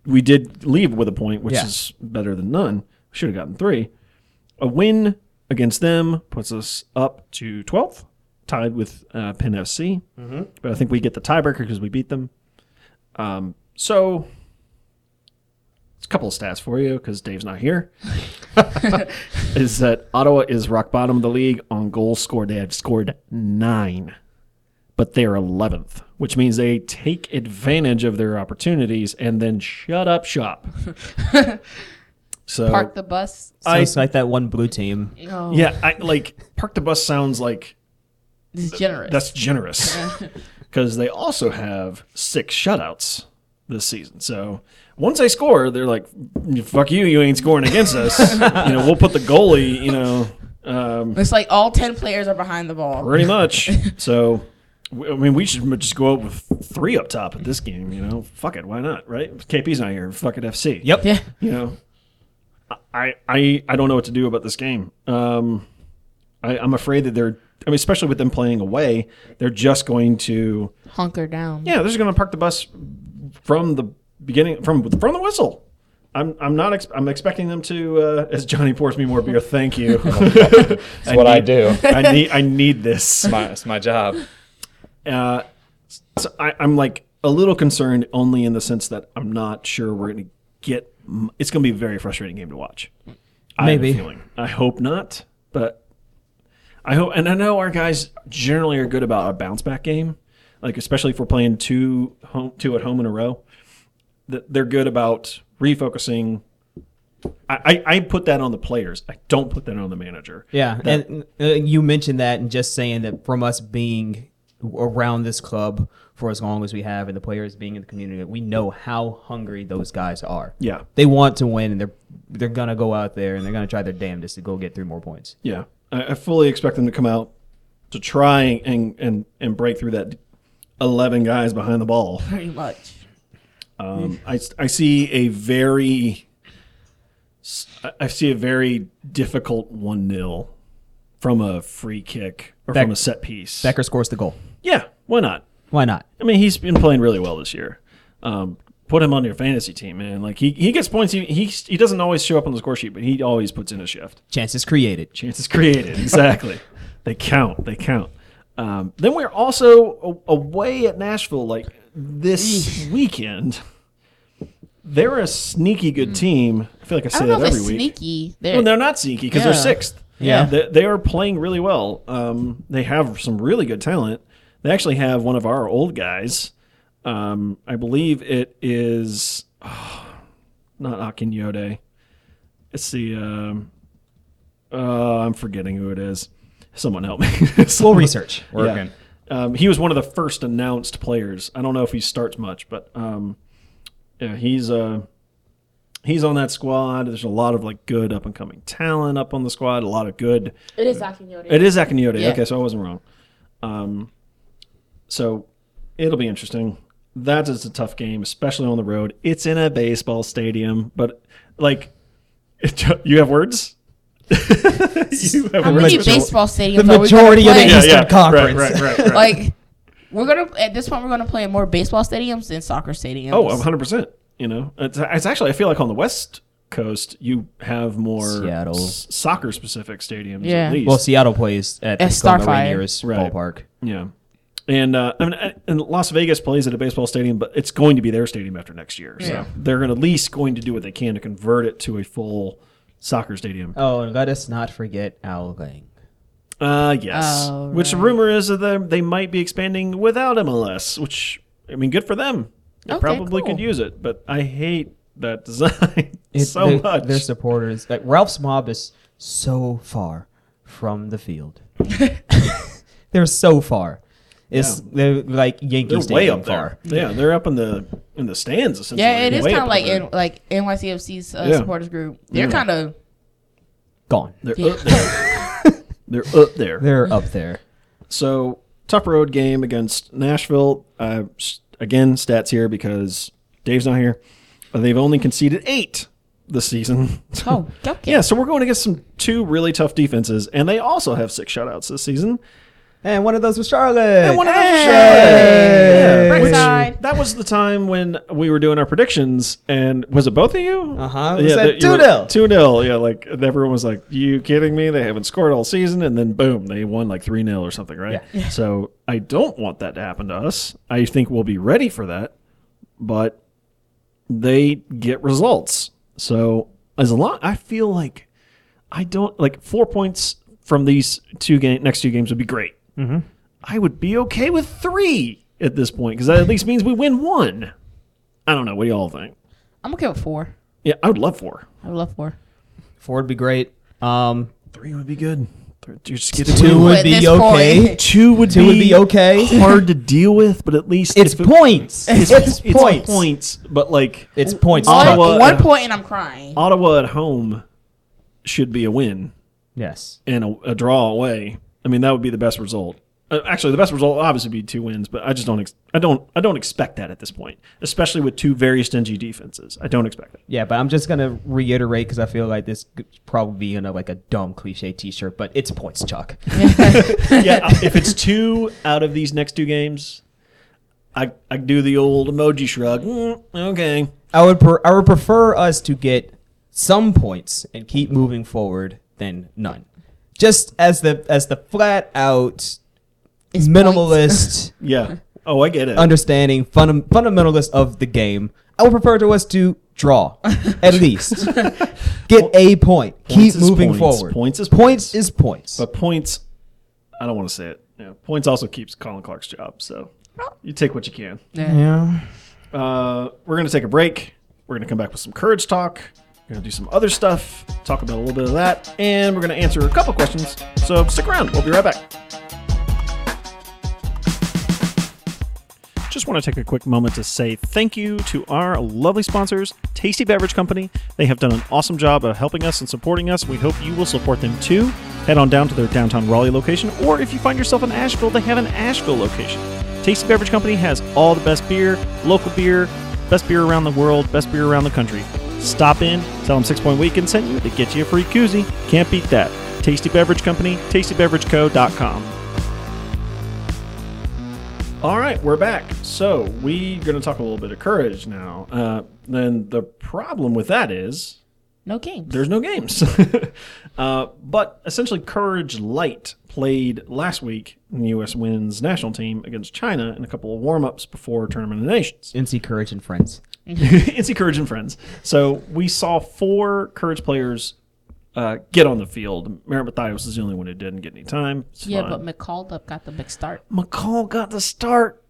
S2: We did leave with a point, which
S5: Yeah.
S2: is better than none. Should have gotten three. A win against them puts us up to twelfth, tied with uh, Penn FC.
S5: Mm-hmm.
S2: But I think we get the tiebreaker because we beat them. Um, so, it's a couple of stats for you because Dave's not here. is that Ottawa is rock bottom of the league on goals scored? They have scored nine but they're 11th, which means they take advantage of their opportunities and then shut up shop. so
S4: Park the bus.
S5: So
S2: I-
S5: it's like that one blue team.
S4: Oh,
S2: yeah, I like park the bus sounds like
S4: This is generous.
S2: that's generous because they also have six shutouts this season. So once they score, they're like, "Fuck you, you ain't scoring against us." you know, we'll put the goalie. You know, um,
S4: it's like all ten players are behind the ball.
S2: Pretty much. so, w- I mean, we should just go up with three up top at this game. You know, fuck it, why not? Right? KP's not here. Fuck it, FC.
S5: Yep.
S4: Yeah.
S2: You know, I I I don't know what to do about this game. Um, I, I'm afraid that they're. I mean, especially with them playing away, they're just going to.
S4: Hunker down.
S2: Yeah, they're just going to park the bus from the beginning from from the whistle. I'm I'm not ex- I'm expecting them to uh, as Johnny pours me more beer. Thank you. That's
S3: what I do.
S2: I need I need this.
S3: my, it's my job.
S2: Uh, so I, I'm like a little concerned only in the sense that I'm not sure we're going to get. m- It's going to be a very frustrating game to watch. I have a
S5: Maybe.
S2: feeling. I hope not, but I hope. And I know our guys generally are good about a bounce back game, like especially if we're playing two home, two at home in a row. That they're good about refocusing. I, I, I put that on the players. I don't put that on the manager.
S5: Yeah,
S2: That-
S5: and uh, you mentioned that, and just saying that from us being around this club for as long as we have, and the players being in the community, we know how hungry those guys are.
S2: Yeah.
S5: they want to win, and they're they're gonna go out there and they're gonna try their damnedest to go get three more points.
S2: Yeah, I, I fully expect them to come out to try and and and break through that eleven guys behind the ball.
S4: Pretty much.
S2: Um, I I see a very I- I see a very difficult one 0 from a free kick or
S5: Beck-
S2: from a set piece.
S5: Becker scores the goal.
S2: Yeah, why not?
S5: Why not?
S2: I mean, he's been playing really well this year. Um, put him on your fantasy team, man. Like he, he gets points. He, he he doesn't always show up on the score sheet, but he always puts in a shift
S5: Chances created.
S2: chances created. Exactly. they count. They count. Um, then we're also a- away at Nashville like this weekend. They're a sneaky good team. I feel like I
S4: Hmm. I
S2: say
S4: don't
S2: that
S4: know if
S2: every
S4: it's
S2: week.
S4: sneaky. They're,
S2: Well, they're not sneaky because they're
S4: Yeah.
S2: sixth.
S5: Yeah.
S2: They, they are playing really well. Um, they have some really good talent. They actually have one of our old guys. Um, I believe it is not Akinyode. It's the um, uh, I'm forgetting who it is. Someone help me.
S5: Full research.
S3: Working.
S2: Um, he was one of the first announced players. I don't know if he starts much, but um, yeah, he's uh, he's on that squad. There's a lot of like good up and coming talent up on the squad. A lot of good.
S4: It is Akinyori.
S2: It is Akinyode.
S4: Yeah.
S2: Okay, so I wasn't wrong. Um, so it'll be interesting. That is a tough game, especially on the road. It's in a baseball stadium, but like, you have words. you
S4: How
S2: the
S4: many
S2: rest-
S4: baseball stadiums?
S5: The
S4: are we gonna
S5: majority of the
S4: play?
S2: Yeah,
S5: Eastern
S2: yeah, right,
S5: Conference.
S2: right, right, right.
S4: like we're gonna at this point we're gonna play in more baseball stadiums than soccer stadiums.
S2: Oh, 100 percent. You know, it's, it's actually I feel like on the West Coast you have more
S5: Seattle.
S2: soccer specific stadiums.
S4: Yeah.
S2: At least.
S5: Well, Seattle plays at,
S4: At
S5: Starfire
S4: Starfire.
S5: Rainier's
S2: Right.
S5: ballpark.
S2: yeah. And uh, I mean, uh, and Las Vegas plays at a baseball stadium, but it's going to be their stadium after next year. So
S4: Yeah.
S2: they're at least going to do what they can to convert it to a full soccer stadium.
S5: Oh, and let us not forget Owl Lang.
S2: Uh, yes.
S4: Oh,
S2: Which the
S4: right.
S2: rumor is that they- they might be expanding without MLS, which, I mean, good for them. They
S4: Okay,
S2: probably
S4: cool.
S2: could use it, but I hate that design so
S5: their,
S2: much.
S5: Their supporters, like Ralph's mob, is so far from the field. they're so far. It's they're like Yankee
S2: They're way
S5: Stadium
S2: up
S5: far.
S2: there. Yeah, they're up in the in the stands essentially.
S4: yeah, it is
S2: Way
S4: kind of
S2: up
S4: like
S2: there.
S4: in, like NYCFC's uh,
S2: Yeah.
S4: supporters group.
S2: Yeah.
S4: They're
S2: Oh,
S4: kind of
S5: Gone.
S2: they're
S4: Yeah.
S2: up there. they're up there.
S5: They're up there.
S2: So tough road game against Nashville. Uh, s- again, stats here because Dave's not here. Uh, They've only conceded eight this season.
S4: oh okay.
S2: Yeah, so we're going against some two really tough defenses, and they also have six shutouts this season.
S5: And one of those was Charlotte. Ah.
S2: And one of them
S5: Hey!
S2: shut out. Yeah, which-
S4: Brookside.
S2: that was the time when we were doing our predictions, and was it both of you?
S5: Uh-huh, we said
S2: that you were-
S5: 2-0.
S2: 2-0, yeah. Like, and everyone was like, you kidding me? They haven't scored all season, and then boom, they won like 3-0 or something, right? So I don't want that to happen to us. I think we'll be ready for that, but they get results. So as long, I feel like I don't like four points from these two game next two games would be great. Mm-hmm. I would be okay with three at this point because that at least means we win one. I don't know. What do y'all think?
S4: I'm okay with four.
S2: Yeah, I would love four.
S4: I would love four.
S5: Four would be great. Um,
S2: Three would be good. Three- Just get
S5: two
S4: Ooh,
S5: would
S4: at
S5: be
S4: this
S5: okay.
S4: point.
S2: Two would
S5: Two would be okay.
S2: Hard to deal with, but at least
S5: It's
S2: if it-
S5: points. It's,
S2: it's
S5: points.
S2: points, but like
S5: It's points.
S2: All-
S5: Tough.
S2: Ottawa-
S4: One, one point and I'm crying.
S2: Ottawa at home should be a win.
S5: Yes.
S2: and a, a draw away, I mean that would be the best result. Uh, actually, the best result will obviously be two wins, but I just don't. Ex- I don't. I don't expect that at this point, especially with two very stingy defenses. I don't expect it.
S5: Yeah, but I'm just gonna reiterate because I feel like this could probably be gonna like a dumb cliche T-shirt, but it's points, Chuck.
S2: yeah, I- if it's two out of these next two games, I I do the old emoji shrug. Mm, okay.
S5: I would per- I would prefer us to get some points and keep moving forward than none. Just as the as the flat out
S4: It's
S5: minimalist
S2: Yeah. Oh, I get it.
S5: understanding fundam fundamentalist of the game. I would prefer to us to draw at least get a point.
S2: Points
S5: Keep
S2: is
S5: moving
S2: points.
S5: forward.
S2: Points is
S5: points is points.
S2: but points. I don't want to say it. Yeah, points also keeps Colin Clark's job, so you take what you can.
S4: Yeah.
S5: Yeah.
S2: Uh, we're going to take a break. We're going to come back with some courage talk. We're going to do some other stuff, talk about a little bit of that, and we're going to answer a couple questions. So stick around. We'll be right back. Just want to take a quick moment to say thank you to our lovely sponsors, Tasty Beverage Company. They have done an awesome job of helping us and supporting us. We hope you will support them too. Head on down to their downtown Raleigh location, or if you find yourself in Asheville, they have an Asheville location. Tasty Beverage Company has all the best beer, local beer, best beer around the world, best beer around the country. Stop in, tell them Six Point Weekend sent you to get you a free koozie. Can't beat that. Tasty Beverage Company, tastybeverageco.com. All right, we're back. So we're going to talk a little bit of courage now. Uh, then the problem with that is
S4: No games.
S2: there's no games. uh, but essentially, Courage Light played last week in the U.S. Women's National Team against China in a couple of warm-ups before Tournament of Nations.
S5: NC Courage and friends.
S2: it's Courage and friends. So we saw four Courage players uh, get on the field. Merritt Mathias is the only one who didn't get any time. It's
S4: Yeah,
S2: fine.
S4: but McCaldup got the big start.
S2: McCall got the start.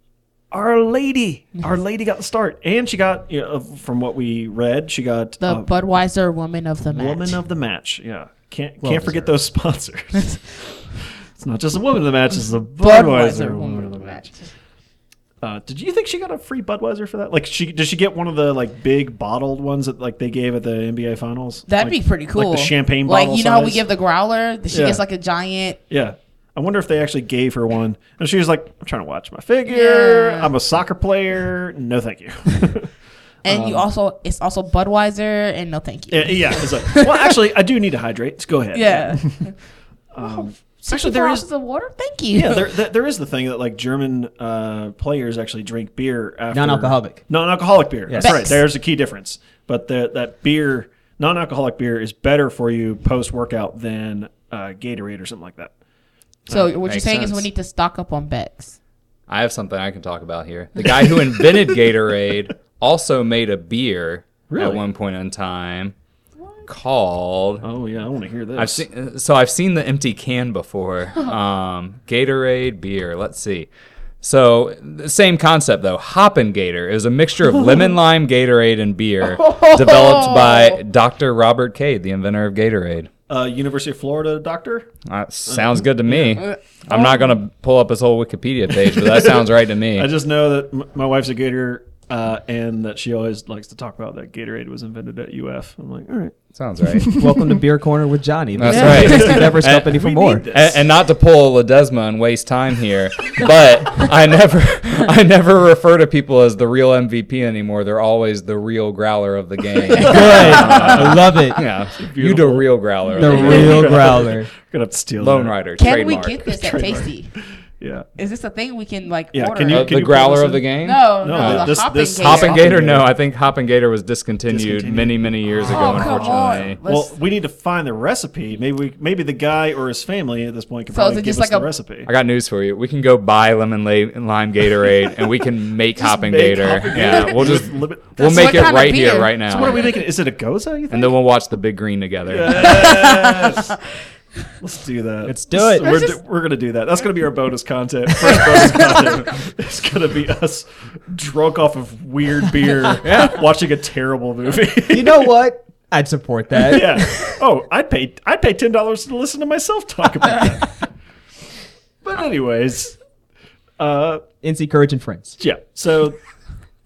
S2: Our lady, our lady got the start, and she got you know, from what we read, she got
S4: The
S2: uh,
S4: Budweiser woman of the match.
S2: woman of the match. Yeah, can't can't forget those sponsors. it's not just the woman of the match; it's the Budweiser, woman of the match. Uh, did you think she got a free Budweiser for that? Like, she did she get one of the like big bottled ones that like they gave at the NBA finals?
S4: That'd
S2: Like-
S4: be pretty cool.
S2: Like the champagne
S4: Like
S2: bottle.
S4: you know how we
S2: size?
S4: give the growler. She
S2: Yeah.
S4: gets like a giant.
S2: Yeah. I wonder if they actually gave her one. And she was like, I'm trying to watch my figure.
S4: Yeah.
S2: I'm a soccer player. No, thank you.
S4: And
S2: Um,
S4: you also, it's also Budweiser, and no thank you.
S2: yeah. yeah. It's like, well, actually, I do need to hydrate. So go ahead.
S4: Yeah.
S2: Um,
S4: Actually,
S2: actually, there is
S4: the water. Thank you.
S2: yeah, there, there, there is the thing that like German uh, players actually drink beer after
S5: Non-alcoholic.
S2: non-alcoholic beer.
S5: Yes.
S2: That's right.
S4: Bex.
S2: There's a key difference, but the, that beer, non-alcoholic beer, is better for you post-workout than uh, Gatorade or something like that.
S4: so what you're
S3: Makes
S4: saying is we
S3: sense.
S4: need to stock up on Bex.
S3: I have something I can talk about here. The guy who invented Gatorade also made a beer
S2: Really?
S3: at one point in time called.
S2: Oh yeah, I want to hear this.
S3: I've seen uh, so I've seen the empty can before.
S2: Oh.
S3: Um, Gatorade beer. Let's see. So the same concept though. Hoppin Gator is a mixture of lemon lime Gatorade and beer developed by Dr. Robert Cade, the inventor of Gatorade.
S2: uh, University of Florida doctor.
S3: That sounds good to me. I'm not gonna pull up his whole Wikipedia page, but that sounds right to me.
S2: I just know that m- my wife's a Gator, uh, and that she always likes to talk about that Gatorade was invented at UF. I'm like, all right,
S3: sounds right.
S5: Welcome to Beer Corner with Johnny.
S3: That's
S5: This
S3: right.
S5: is the Best Beverage
S3: And-
S5: Company for
S2: we
S5: more.
S2: need this.
S3: and, and not to pull Ledesma and waste time here, but I never, I never refer to people as the real MVP anymore. They're always the real growler of the game.
S5: Good. I love it.
S3: yeah, you the real growler. of
S5: The
S3: the game.
S5: real growler.
S2: gonna have to steal
S3: Lone
S2: that.
S3: Rider.
S4: Can
S3: trademark.
S4: we get this at
S2: Trademark.
S4: Tasty?
S2: Yeah,
S4: Is this a thing we can like
S2: Yeah,
S4: order?
S2: can you-
S3: Uh, the
S2: pull this
S3: growler
S2: in?
S3: of the game?
S4: no, Oh, no,
S2: No,
S4: the
S2: this-
S4: hopping
S2: this-
S4: gator.
S3: Hop and Gator.
S2: Gator.
S3: No, I think Hop and Gator was discontinued,
S2: Discontinued.
S3: many, many years ago.
S4: Oh, come
S3: unfortunately.
S4: on.
S2: Well,
S4: Let's-
S2: we need to find the recipe. Maybe we, maybe the guy or his family at this point can
S4: So
S2: probably
S4: is it
S2: give
S4: just
S2: us
S4: like
S2: the
S4: a-
S2: recipe.
S3: I got news for you. We can go buy lemon la- lime Gatorade, and we can make Hop and
S2: make
S3: Gator.
S2: Hop and
S3: Yeah,
S2: Gator.
S3: we'll just
S2: Lim-
S3: we'll
S2: So
S3: make
S4: what
S3: it
S4: kind of
S3: right here,
S4: beer?
S3: right now.
S2: So what are we making? Is it a goza? You think?
S3: And then we'll watch the Big Green together.
S2: Yes. Let's do that.
S5: Let's do
S2: Let's-
S5: it.
S2: We're,
S4: Let's just-
S2: do- we're gonna do that. That's gonna be our bonus content. First bonus content. It's gonna be us drunk off of weird beer, watching a terrible movie.
S5: You know what? I'd support that.
S2: yeah. Oh, I'd pay. I'd pay ten dollars to listen to myself talk about that. but anyways, uh,
S5: NC Courage and Friends.
S2: yeah. So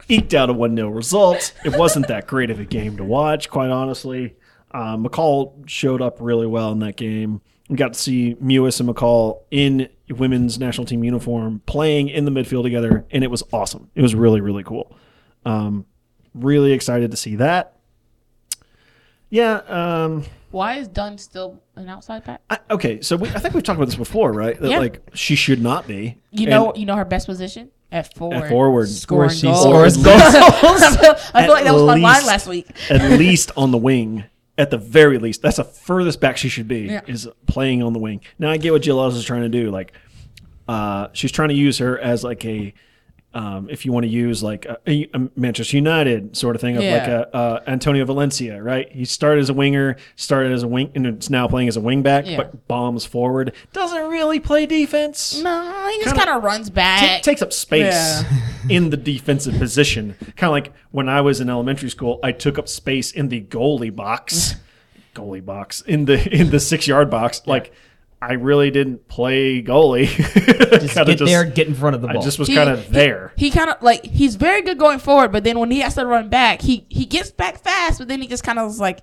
S2: eked out a one 0 result. It wasn't that great of a game to watch, quite honestly. Um, McCall showed up really well in that game. We got to see Mewis and McCall in women's national team uniform playing in the midfield together, and it was awesome. It was really, really cool. Um, really excited to see that. Yeah, um,
S4: Why is Dunn still an outside back?
S2: I, okay, so we, I think we've talked about this before, right? That
S4: Yeah.
S2: like she should not be.
S4: You
S2: And-
S4: know, you know her best position at forward.
S2: At forward.
S4: scoring
S5: Where she
S4: goals.
S5: scores
S2: Or
S5: goals.
S4: I
S2: At
S4: feel like that was my line
S2: least-
S4: last week.
S2: at least on the wing. At the very least, that's the furthest back she should be
S4: Yeah.
S2: is playing on the wing. Now I get what Jill Ellis is trying to do. Like, uh, she's trying to use her as like a, um, if you want to use like a, a- a Manchester United sort of thing of like
S4: Yeah.
S2: a, uh, Antonio Valencia, right? He started as a winger, started as a wing, and it's now playing as a wing back,
S4: Yeah.
S2: but bombs forward, doesn't really play defense.
S4: No, he just
S2: Kinda-
S4: kind of runs
S2: ta-
S4: back.
S2: takes up space
S4: Yeah.
S2: in the defensive position. Kind of like when I was in elementary school, I took up space in the goalie box, goalie box in the in the six yard box. Like I really didn't play goalie.
S5: Just
S2: Kinda
S5: get there, get in front of the
S2: I
S5: ball.
S2: just was kind of there.
S4: He kind of like he's very good going forward, but then when he has to run back, he he gets back fast, but then he just kind of was like,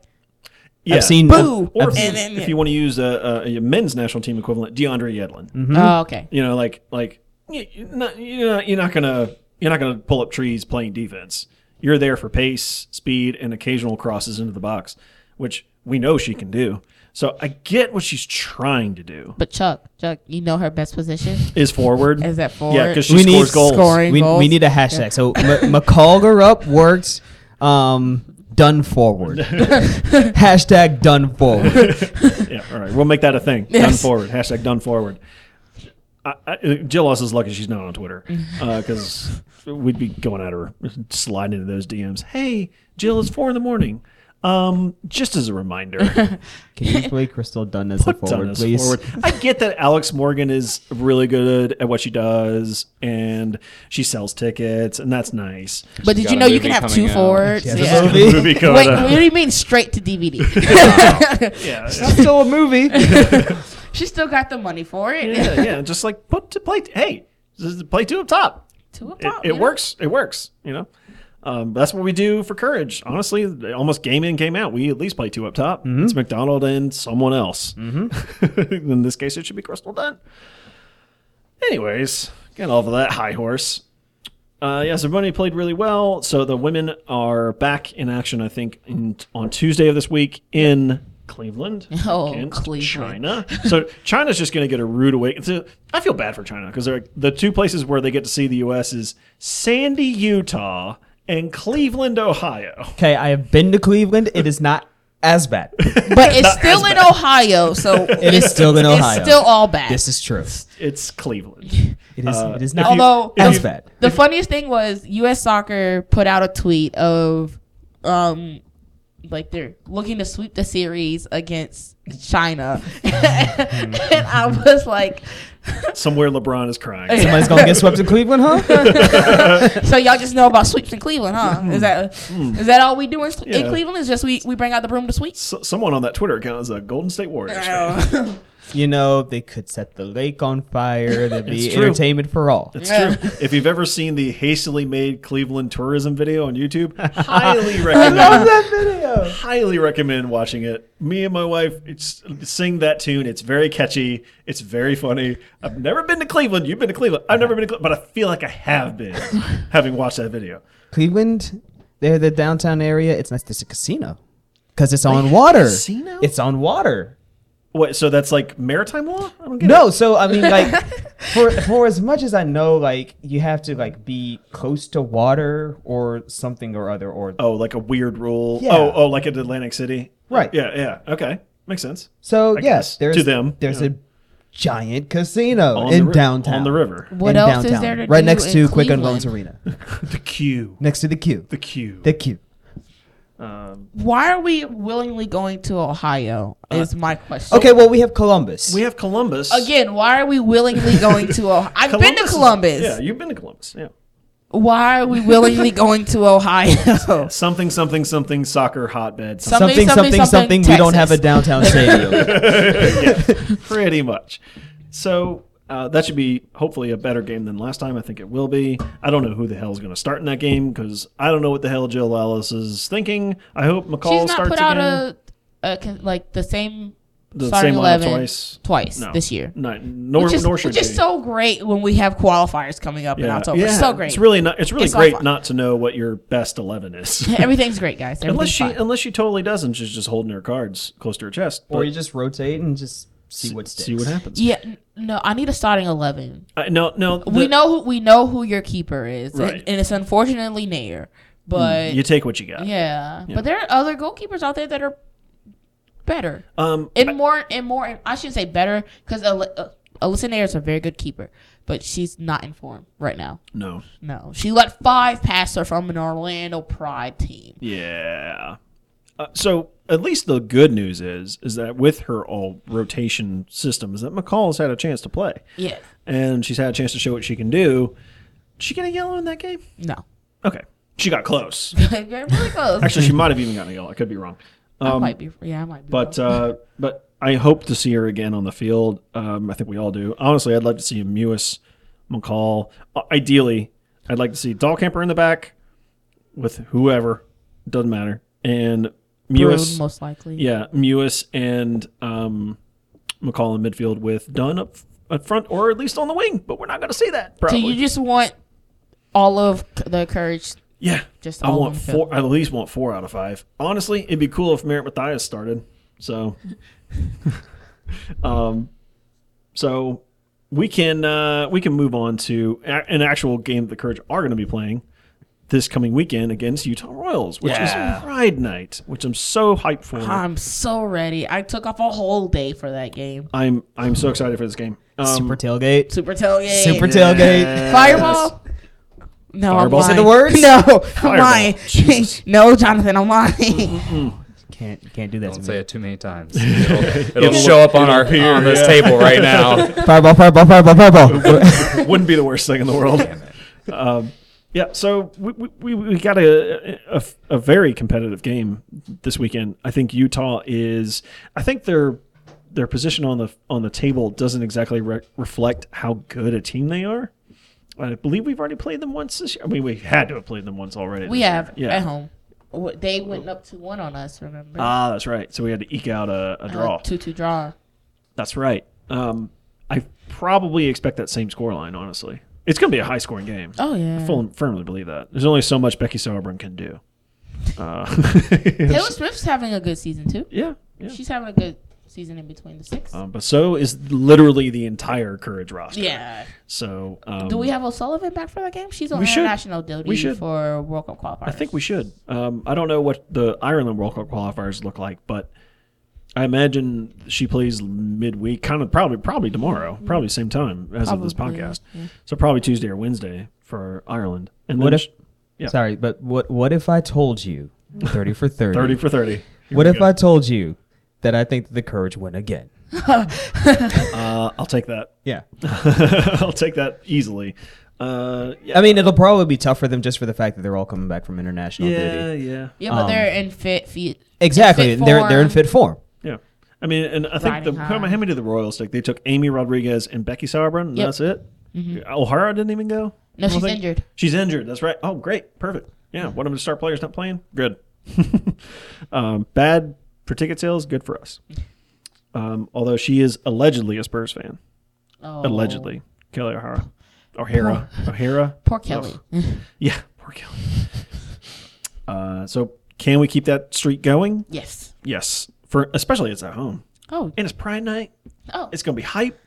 S2: Yeah.
S5: I've seen
S4: Boo!
S2: Or
S5: I've-
S2: if,
S4: And
S2: you-
S4: then-
S2: if you want to use a, a, a men's national team equivalent, DeAndre Yedlin.
S4: oh okay,
S2: You know, like like y- you're not, you're not you're not gonna you're not gonna pull up trees playing defense. You're there for pace, speed, and occasional crosses into the box, which we know she can do. So I get what she's trying to do
S4: but Chuck, Chuck, you know her best position
S2: is forward.
S4: is that forward.
S2: yeah, because she
S5: We need
S2: scores goals.
S4: scoring
S5: we,
S4: goals.
S5: we need a hashtag. So M- McColger up worked. Um, done forward. hashtag done forward.
S2: Yeah, all right, we'll make that a thing. Done
S4: Yes.
S2: forward. Hashtag done forward. I, I, Jill Us is lucky she's not on Twitter because we'd be going at her, sliding into those DMs. Hey, Jill, it's four in the morning. Um, just as a reminder.
S5: Can you play Crystal Dunn as the
S2: Put
S5: forward,
S2: Dundas
S5: please?
S2: forward. I get that Alex Morgan is really good at what she does, and she sells tickets, and that's nice.
S4: But did
S3: got
S4: you
S3: a
S4: know you
S3: movie
S4: can have
S3: coming
S4: two
S3: out.
S4: forwards?
S5: She has a
S4: Yeah.
S5: movie.
S2: The movie coming
S4: Wait,
S2: up.
S4: what do you mean straight to DVD?
S2: Yeah,
S5: Still a movie.
S4: she still got the money for it.
S2: yeah, yeah. Just like put to play. Hey, this is play two up top.
S4: Two up
S2: It,
S4: top,
S2: it
S4: you know?
S2: works. It works. You know, um, that's what we do for courage. Honestly, almost game in, game out. We at least play two up top.
S5: Mm-hmm.
S2: It's McDonald and someone else. in this case, it should be Crystal Dunn. Anyways, get off of that high horse. Uh, yeah, so Bunny played really well. So the women are back in action, I think, in, on Tuesday of this week in Cleveland
S4: Oh,
S2: against
S4: Cleveland.
S2: China. So China's just going to get a rude awakening. So I feel bad for China because they're the two places where they get to see the U.S. is Sandy, Utah, and Cleveland, Ohio.
S5: Okay, I have been to Cleveland. It is not as bad.
S4: But it's still in Ohio, so
S5: It is still in Ohio.
S4: It's still all bad.
S5: This is true.
S2: It's Cleveland. Uh,
S5: It is. it is not.
S2: if you-
S4: Although-
S2: if
S5: as
S2: you-
S5: bad.
S4: the funniest thing was U.S. Soccer put out a tweet of, um, like they're looking to sweep the series against China,
S5: Hmm.
S4: and I was like,
S2: somewhere LeBron is crying.
S5: Somebody's gonna get swept in Cleveland, huh?
S4: so y'all just know about sweeps in Cleveland, huh?
S5: Hmm.
S4: Is that is that all we do in, in
S2: Yeah.
S4: Cleveland? Is just we we bring out the broom to sweep?
S2: S- someone on that Twitter account is a Golden State Warriors
S4: Oh,
S2: fan.
S5: you know, they could set the lake on fire. There'd be
S2: It's true.
S5: entertainment for all.
S2: It's true. If you've ever seen the hastily made Cleveland tourism video on YouTube, highly recommend.
S5: that video.
S2: highly recommend watching it. Me and my wife it's, sing that tune. It's very catchy. It's very funny. I've never been to Cleveland. You've been to Cleveland. I've never been to Cleveland, but I feel like I have been having watched that video.
S5: Cleveland, there, the downtown area. It's nice. There's a casino because it's on water.
S2: casino?
S5: It's on water.
S2: What? So that's like maritime law? I don't get
S5: No, so I mean, like, for for as much as I know, like, you have to like be close to water or something or other, or
S2: Oh, like a weird rule.
S5: Yeah.
S2: Oh, oh, like at Atlantic City.
S5: Right.
S2: Yeah. Yeah. Okay. Makes sense.
S5: so.
S2: I guess,
S5: yes, there's
S2: to them,
S5: There's
S2: yeah.
S5: a giant casino
S2: On the
S5: in
S2: ri-
S5: downtown
S2: on the river.
S4: What
S5: in
S4: else is
S5: downtown,
S4: there to
S5: right
S4: do
S5: next
S4: in
S5: to Quick and
S4: Cleveland?
S5: Loans Arena,
S2: The queue.
S5: next to the queue,
S2: The Um, queue.
S5: the queue.
S4: Why are we willingly going to Ohio? Is my question.
S5: Uh, Okay, well, we have Columbus.
S2: we have Columbus.
S4: Again, why are we willingly going to Ohio? I've been
S2: is-
S4: to Columbus.
S2: yeah, you've been to Columbus. Yeah.
S4: Why are we willingly going to Ohio?
S2: Something, something, something. Soccer hotbed. Something.
S5: something, something, something. we don't have a
S4: Texas.
S5: downtown stadium.
S2: pretty much. So uh, that should be hopefully a better game than last time. I think it will be. I don't know who the hell is going to start in that game because I don't know what the hell Jill Ellis is thinking. I hope McCall
S4: She's not
S2: starts
S4: put out
S2: again.
S4: a, a con- like the same
S2: The
S4: starting
S2: same lineup
S4: eleven
S2: twice.
S4: twice
S2: No.
S4: this year.
S2: Not, nor,
S4: which is,
S2: nor should
S4: which is
S2: she.
S4: so great when we have qualifiers coming up in
S2: Yeah.
S4: October.
S2: Yeah,
S4: so great.
S2: It's really not. It's really
S4: It's so
S2: great
S4: fun.
S2: not to know what your best eleven is.
S4: Everything's great, guys. Everything's
S2: unless she,
S4: fine.
S2: unless she totally doesn't, she's just holding her cards close to her chest.
S5: or
S2: But
S5: you just rotate and just see what sticks.
S2: see what happens.
S4: yeah, n- no, I need a starting eleven.
S2: Uh, no, no.
S4: we
S2: the-
S4: know who we know who your keeper is, and-
S2: Right. Mm,
S4: and, it's unfortunately Nair. But
S2: You take what you got.
S4: yeah. but there are other goalkeepers out there that are better
S2: Um,
S4: and more and more. I shouldn't say better because Alyssa Nair is a very good keeper, but she's not in form right now.
S2: no.
S4: No, she let five pass her from an Orlando Pride team.
S2: Yeah. Uh, so at least the good news is is that with her all rotation system is that McCall has had a chance to play,
S4: Yeah,
S2: and she's had a chance to show what she can do. Did she get a yellow in that game?
S4: no,
S2: Okay, she got close.
S4: They're really close.
S2: Actually, she might have even gotten a yellow. I could be wrong.
S4: I might be. Yeah, I might be.
S2: But uh, but I hope to see her again on the field. Um, I think we all do. Honestly, I'd like to see Mewis, McCall. Uh, ideally, I'd like to see Dahlkemper in the back with whoever. Doesn't matter. And
S4: Brood,
S2: Mewis,
S4: most likely.
S2: yeah, Mewis and um, McCall in midfield with Dunn up, up front or at least on the wing. But we're not going to see that.
S4: So
S2: Probably.
S4: you just want all of the courage.
S2: yeah.
S4: just
S2: I
S4: all
S2: want
S4: on the
S2: four. I at least want four out of five. Honestly, it'd be cool if Merritt Mathias started. So, um, so we can uh, we can move on to a- an actual game that the Courage are going to be playing this coming weekend against Utah Royals, which
S5: Yeah.
S2: is Pride Night, which I'm so hyped for.
S4: I'm so ready. I took off a whole day for that game.
S2: I'm I'm so excited for this game. Um,
S5: Super tailgate.
S4: Super tailgate.
S5: Super
S4: Super
S5: tailgate.
S4: fireball. No,
S2: Fireball.
S4: I'm
S5: Say
S4: lying.
S5: the words.
S4: No, I'm
S2: Fireball.
S4: lying.
S2: Jesus.
S4: no, Jonathan, I'm lying.
S5: Can't can't do that.
S3: Don't
S5: to
S3: say
S5: me.
S3: it too many times. It'll, it'll show up on our on this
S2: yeah.
S3: table right now.
S5: Fireball, fireball, fireball, fireball.
S2: wouldn't be the worst thing in the world. Um, yeah, so we, we- we, we got a, a a very competitive game this weekend. I think Utah is. I think their their position on the on the table doesn't exactly re- reflect how good a team they are. I believe we've already played them once this year. I mean, we had to have played them once already.
S4: we
S2: this year.
S4: have
S2: yeah.
S4: at home. W- They went up to one on us. Remember?
S2: Ah, that's right. So we had to eke out a,
S4: Uh,
S2: a draw.
S4: Two-two draw.
S2: That's right. Um, I probably expect that same scoreline. Honestly, it's going to be a high scoring game.
S4: Oh yeah.
S2: full, firmly believe that. There's only so much Becky Sauerbrunn can do. Uh,
S4: Taylor Swift's having a good season too.
S2: yeah, yeah.
S4: She's having a good season in between the six.
S2: Um, but so is literally the entire Courage roster.
S4: yeah.
S2: So um,
S4: Do we have O'Sullivan back for that game? She's on
S2: we should.
S4: international duty
S2: We should.
S4: for World Cup qualifiers.
S2: I think we should. Um, I don't know what the Ireland World Cup qualifiers look like, but I imagine she plays midweek, kind of probably probably tomorrow, probably same time as of this
S4: Mm-hmm. Probably,
S2: podcast. So probably Tuesday or Wednesday for Ireland. And
S5: What
S2: then
S5: if-
S2: sh- yeah,
S5: Sorry, but what what if I told you 30 for 30?
S2: thirty for thirty. Here
S5: What
S2: we
S5: if
S2: go.
S5: I told you that I think that the Courage win again?
S2: Uh, I'll take that.
S5: Yeah.
S2: I'll take that easily. Uh, yeah,
S5: I mean, it'll probably be tough for them just for the fact that they're all coming back from international
S2: yeah,
S5: duty.
S2: yeah,
S4: Yeah, but
S5: Um,
S4: they're in fit feet.
S5: Exactly.
S4: fit
S5: They're they're in
S4: form.
S5: fit form.
S2: yeah. I mean, and I think the
S4: Riding high.
S2: how many did the Royals take? They took Amy Rodriguez and Becky Sauerbrunn, and
S4: Yep.
S2: that's it. O'Hara didn't even go.
S4: Mm-hmm. No,
S2: I don't
S4: she's
S2: think-
S4: injured.
S2: She's injured. That's right. Oh, great, perfect. Yeah, one of the star players not playing. Good. um, bad for ticket sales. Good for us. Um, although she is allegedly a Spurs fan.
S4: Oh.
S2: Allegedly, Kelly O'Hara. O'Hara. O'Hara.
S4: Poor Kelly.
S2: Oh. Yeah, poor Kelly. Uh, so can we keep that streak going?
S4: yes.
S2: Yes, for especially it's at home
S4: Oh.
S2: and it's Pride Night.
S4: Oh.
S2: It's gonna be hype.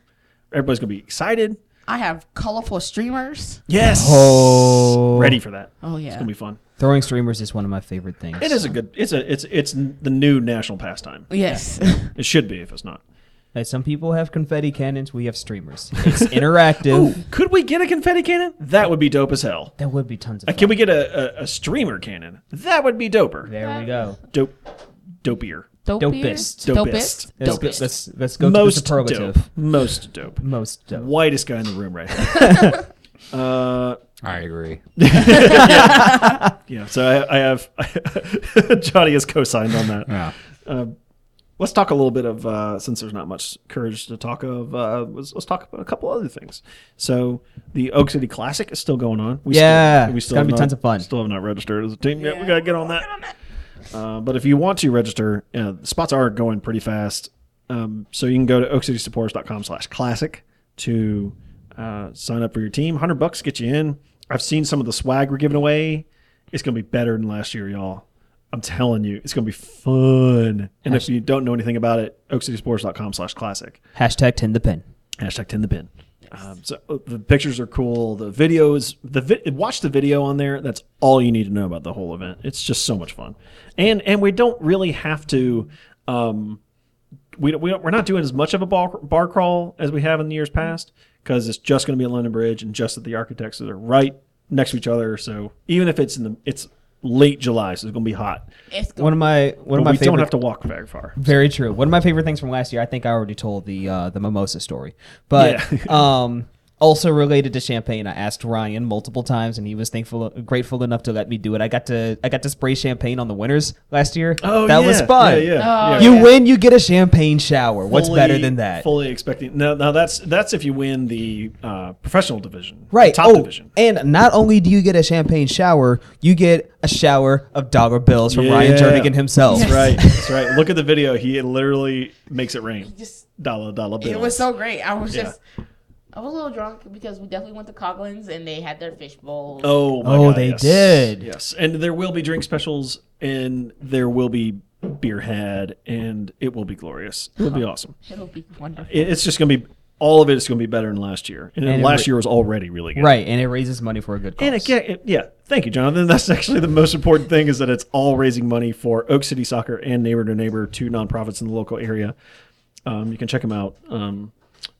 S2: Everybody's gonna be excited.
S4: I have colorful streamers.
S2: Yes,
S5: Oh.
S2: ready for that.
S4: Oh yeah.
S2: It's gonna be fun.
S5: Throwing streamers is one of my favorite things.
S2: It is a good. It's a. It's it's the new national pastime.
S4: yes.
S2: It should be if it's not.
S5: Like, some people have confetti cannons. We have streamers. It's interactive.
S2: Could we get a confetti cannon? That would be dope as hell.
S5: that would be tons of
S2: Uh,
S5: fun.
S2: Can we get a, a, a streamer cannon? That would be doper.
S5: there we go.
S2: Dope, dopier.
S4: Dopest.
S2: Dopest.
S5: Let's
S4: Dopest.
S5: go,
S4: Dopest.
S5: let's, let's go to
S2: Most
S5: the superlative.
S2: dope. Most dope.
S5: Most dope.
S2: Whitest guy in the room right now. uh,
S3: I agree.
S2: yeah. So I, I have Johnny has co-signed on that. Uh,
S3: Yeah.
S2: Let's talk a little bit of uh, since there's not much courage to talk of. Uh, let's, let's talk about a couple other things. So the Oak City Classic is still going on. We
S5: Yeah,
S2: still, we
S5: it's
S2: still
S5: gonna
S2: have
S5: be
S2: not-
S5: tons of fun.
S2: Still have not registered as a team yet. We gotta get on that. Uh, but if you want to register, uh, the spots are going pretty fast. Um, so you can go to oakcitysupporters.com/classic to uh, sign up for your team. Hundred bucks get you in. I've seen some of the swag we're giving away. It's gonna be better than last year, y'all. I'm telling you, it's gonna be fun. And if you don't know anything about it, oakcitysports.com/classic.
S5: Hashtag tend the pin.
S2: Hashtag ten the pin. Um, so uh, the pictures are cool. The video is the vi- watch the video on there. That's all you need to know about the whole event. It's just so much fun, and and we don't really have to. Um, we don't, we don't, we're not doing as much of a bar, bar crawl as we have in the years past because it's just going to be at London Bridge and just at the architects that are right next to each other. So even if it's in the it's late July, so it's going to be hot.
S4: It's go-
S5: One of my one
S2: But
S5: of my
S2: we
S5: favorite
S2: don't have to walk very far.
S5: Very true. One of my favorite things from last year, I think I already told the uh, the mimosa story, but um, also related to champagne, I asked Ryan multiple times, and he was thankful, grateful enough to let me do it. I got to I got to spray champagne on the winners last year. that was
S2: Oh, yeah,
S5: fun.
S2: Yeah, yeah,
S4: Oh,
S2: yeah.
S5: You win, you get a champagne shower. What's
S2: fully-
S5: better than that?
S2: Fully expecting. No, no, that's that's if you win the uh, professional division,
S5: Right.
S2: Top
S5: oh,
S2: division.
S5: and not only do you get a champagne shower, you get a shower of dollar bills from Ryan
S2: Yeah.
S5: Jernigan himself.
S2: That's right. That's right. Look at the video. He literally makes it rain.
S4: just-
S2: dollar dollar bills.
S4: it was so great. I was
S2: Yeah.
S4: just. I was a little drunk because we definitely went to Coglins and they had their fish bowls.
S2: Oh, my
S5: Oh,
S2: God,
S5: they
S2: yes.
S5: did.
S2: Yes, and there will be drink specials, and there will be beer had, and it will be glorious. It will be awesome.
S4: It'll be wonderful.
S2: It- it's just gonna be all of it is gonna be better than last year, and,
S5: And it
S2: last
S5: wa-
S2: year was already really good.
S5: Right, and it raises money for a good cause.
S2: And it, get- it- yeah, thank you, Jonathan. That's actually the most important thing is that it's all raising money for Oak City Soccer and Neighbor to Neighbor, two nonprofits in the local area. Um, you can check them out um,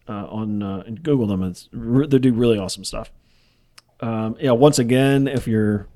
S2: uh, on uh, and Google them. It's re- they do really awesome stuff. Um, yeah, once again, if you're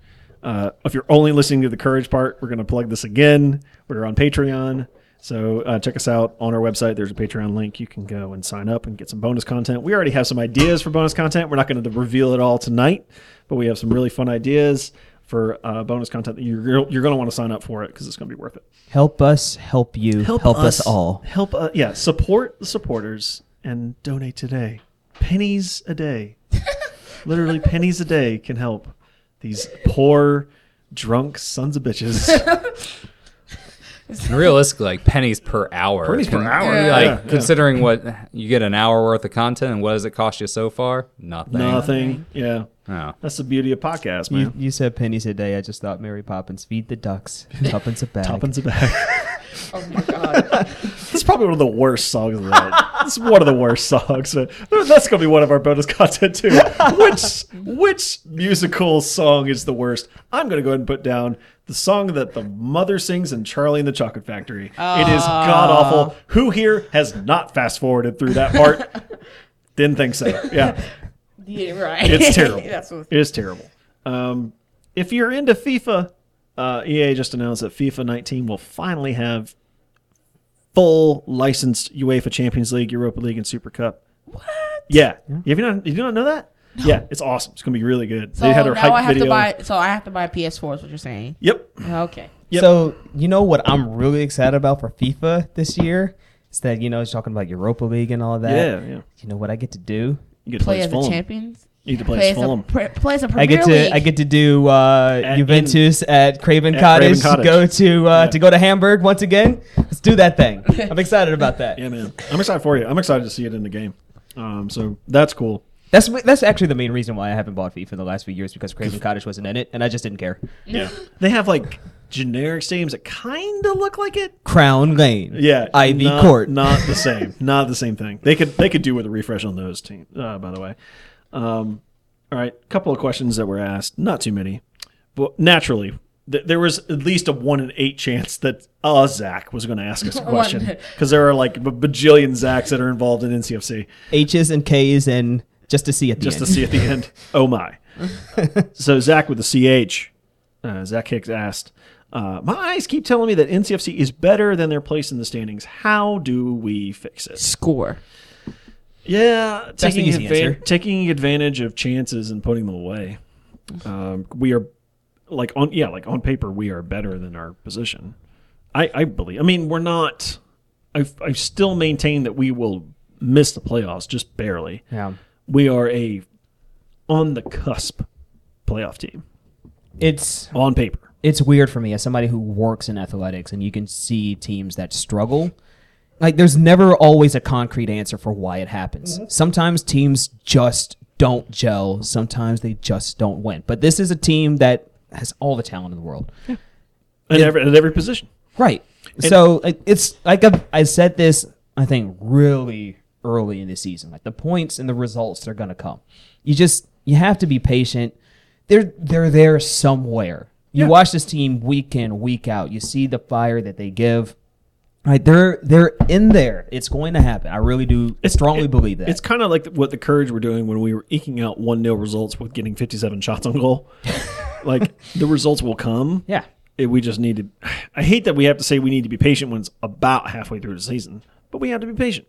S2: uh, if you're only listening to the courage part, we're gonna plug this again. We're on Patreon. So uh, check us out on our website. There's a Patreon link. You can go and sign up and get some bonus content. We already have some ideas for bonus content. We're not going to reveal it all tonight, but we have some really fun ideas for uh, bonus content that you're you're going to want to sign up for it because it's going to be worth it.
S5: Help us, help you, help, us. all.
S2: Help, uh, yeah. Support the supporters and donate today. Pennies a day, literally pennies a day can help these poor, drunk sons of bitches.
S3: And realistically, like pennies per hour.
S2: Pennies per
S3: Con-
S2: hour,
S3: Like
S2: yeah, yeah.
S3: considering what you get an hour worth of content and what does it cost you so far? Nothing.
S2: Nothing. Yeah.
S3: Oh.
S2: That's the beauty of podcasts,
S5: You,
S2: man.
S5: you said pennies a day. I just thought Mary Poppins feed the ducks tuppence a bag.
S2: Poppins back.
S4: Oh my god.
S2: This is probably one of the worst songs of that. It's one of the worst songs. Uh, That's gonna be one of our bonus content too. Which which musical song is the worst? I'm gonna go ahead and put down the song that the mother sings in Charlie and the Chocolate Factory. It is god awful. Who here has not fast forwarded through that part? Didn't think so. Yeah,
S4: Yeah, right.
S2: it's terrible.
S4: That's what,
S2: it is terrible. Um, if you're into FIFA, uh, EA just announced that FIFA 19 will finally have full licensed UEFA Champions League, Europa League, and Super Cup. What? Yeah. Have you not? You do not know that? Yeah, it's awesome. It's gonna be really good.
S4: so
S2: they had a
S4: now
S2: hype
S4: I have
S2: video.
S4: to buy. So I have to buy a PS4. Is what you're saying?
S2: Yep.
S4: Okay.
S2: Yep.
S5: So you know what I'm really excited about for FIFA this year is that you know it's talking about Europa League and all of that.
S2: Yeah, yeah.
S5: You know what I get to do?
S2: You get to
S4: Play
S2: play,
S4: as
S2: Fulham.
S4: the champions.
S2: You get to play,
S4: Play
S2: as
S4: as a
S2: Fulham.
S4: pre- play as a Premier
S5: I get to
S4: League.
S5: I get to do uh,
S2: At-
S5: Juventus at Craven
S2: at
S5: Cottage.
S2: Craven Cottage.
S5: Go to uh,
S2: Yeah.
S5: to go to Hamburg once again. Let's do that thing. I'm excited about that.
S2: Yeah, man. I'm excited for you. I'm excited to see it in the game. Um, so that's cool.
S5: That's that's actually the main reason why I haven't bought FIFA in the last few years because Craven Cottage wasn't in it and I just didn't care.
S2: Yeah. they have like generic stadiums that kind of look like it.
S5: Crown Lane.
S2: Yeah,
S5: Ivy
S2: not-
S5: Court.
S2: not the same, not the same thing. They could they could do with a refresh on those teams. Uh, by the way, um, all right, couple of questions that were asked, not too many, but naturally. th- There was at least a one in eight chance that uh, Zach was going to ask us a question because there are like a bajillion Zachs that are involved in NCFC
S5: H's and K's and just to see at the
S2: just
S5: end.
S2: to see at the end. Oh my! so Zach with the CH, uh, Zach Hicks asked, uh, "My eyes keep telling me that NCFC is better than their place in the standings. How do we fix it?"
S4: score.
S2: Yeah,
S5: the
S2: taking,
S5: easy
S2: advan-
S5: answer.
S2: taking advantage of chances and putting them away. Um, we are like on yeah, like on paper we are better than our position. I, I believe. I mean, we're not. I I still maintain that we will miss the playoffs just barely.
S5: Yeah.
S2: We are a on the cusp playoff team
S5: It's
S2: on paper.
S5: it's weird for me as somebody who works in athletics and you can see teams that struggle like there's never always a concrete answer for why it happens sometimes teams just don't gel sometimes they just don't win but this is a team that has all the talent in the world
S2: At every at every position.
S5: right so it, it's like I've, i said this i think really early in the season like the points and the results they're going to come you just you have to be patient they're they're there somewhere you
S2: Yeah.
S5: watch this team week in week out you see the fire that they give Right, they're they're in there. It's going to happen. I really do strongly
S2: it-
S5: believe that.
S2: It's kind of like what the Courage were doing when we were eking out 1 0 results with getting 57 shots on goal. like, the results will come.
S5: yeah.
S2: It- we just need to. I hate that we have to say we need to be patient when it's about halfway through the season, but we have to be patient.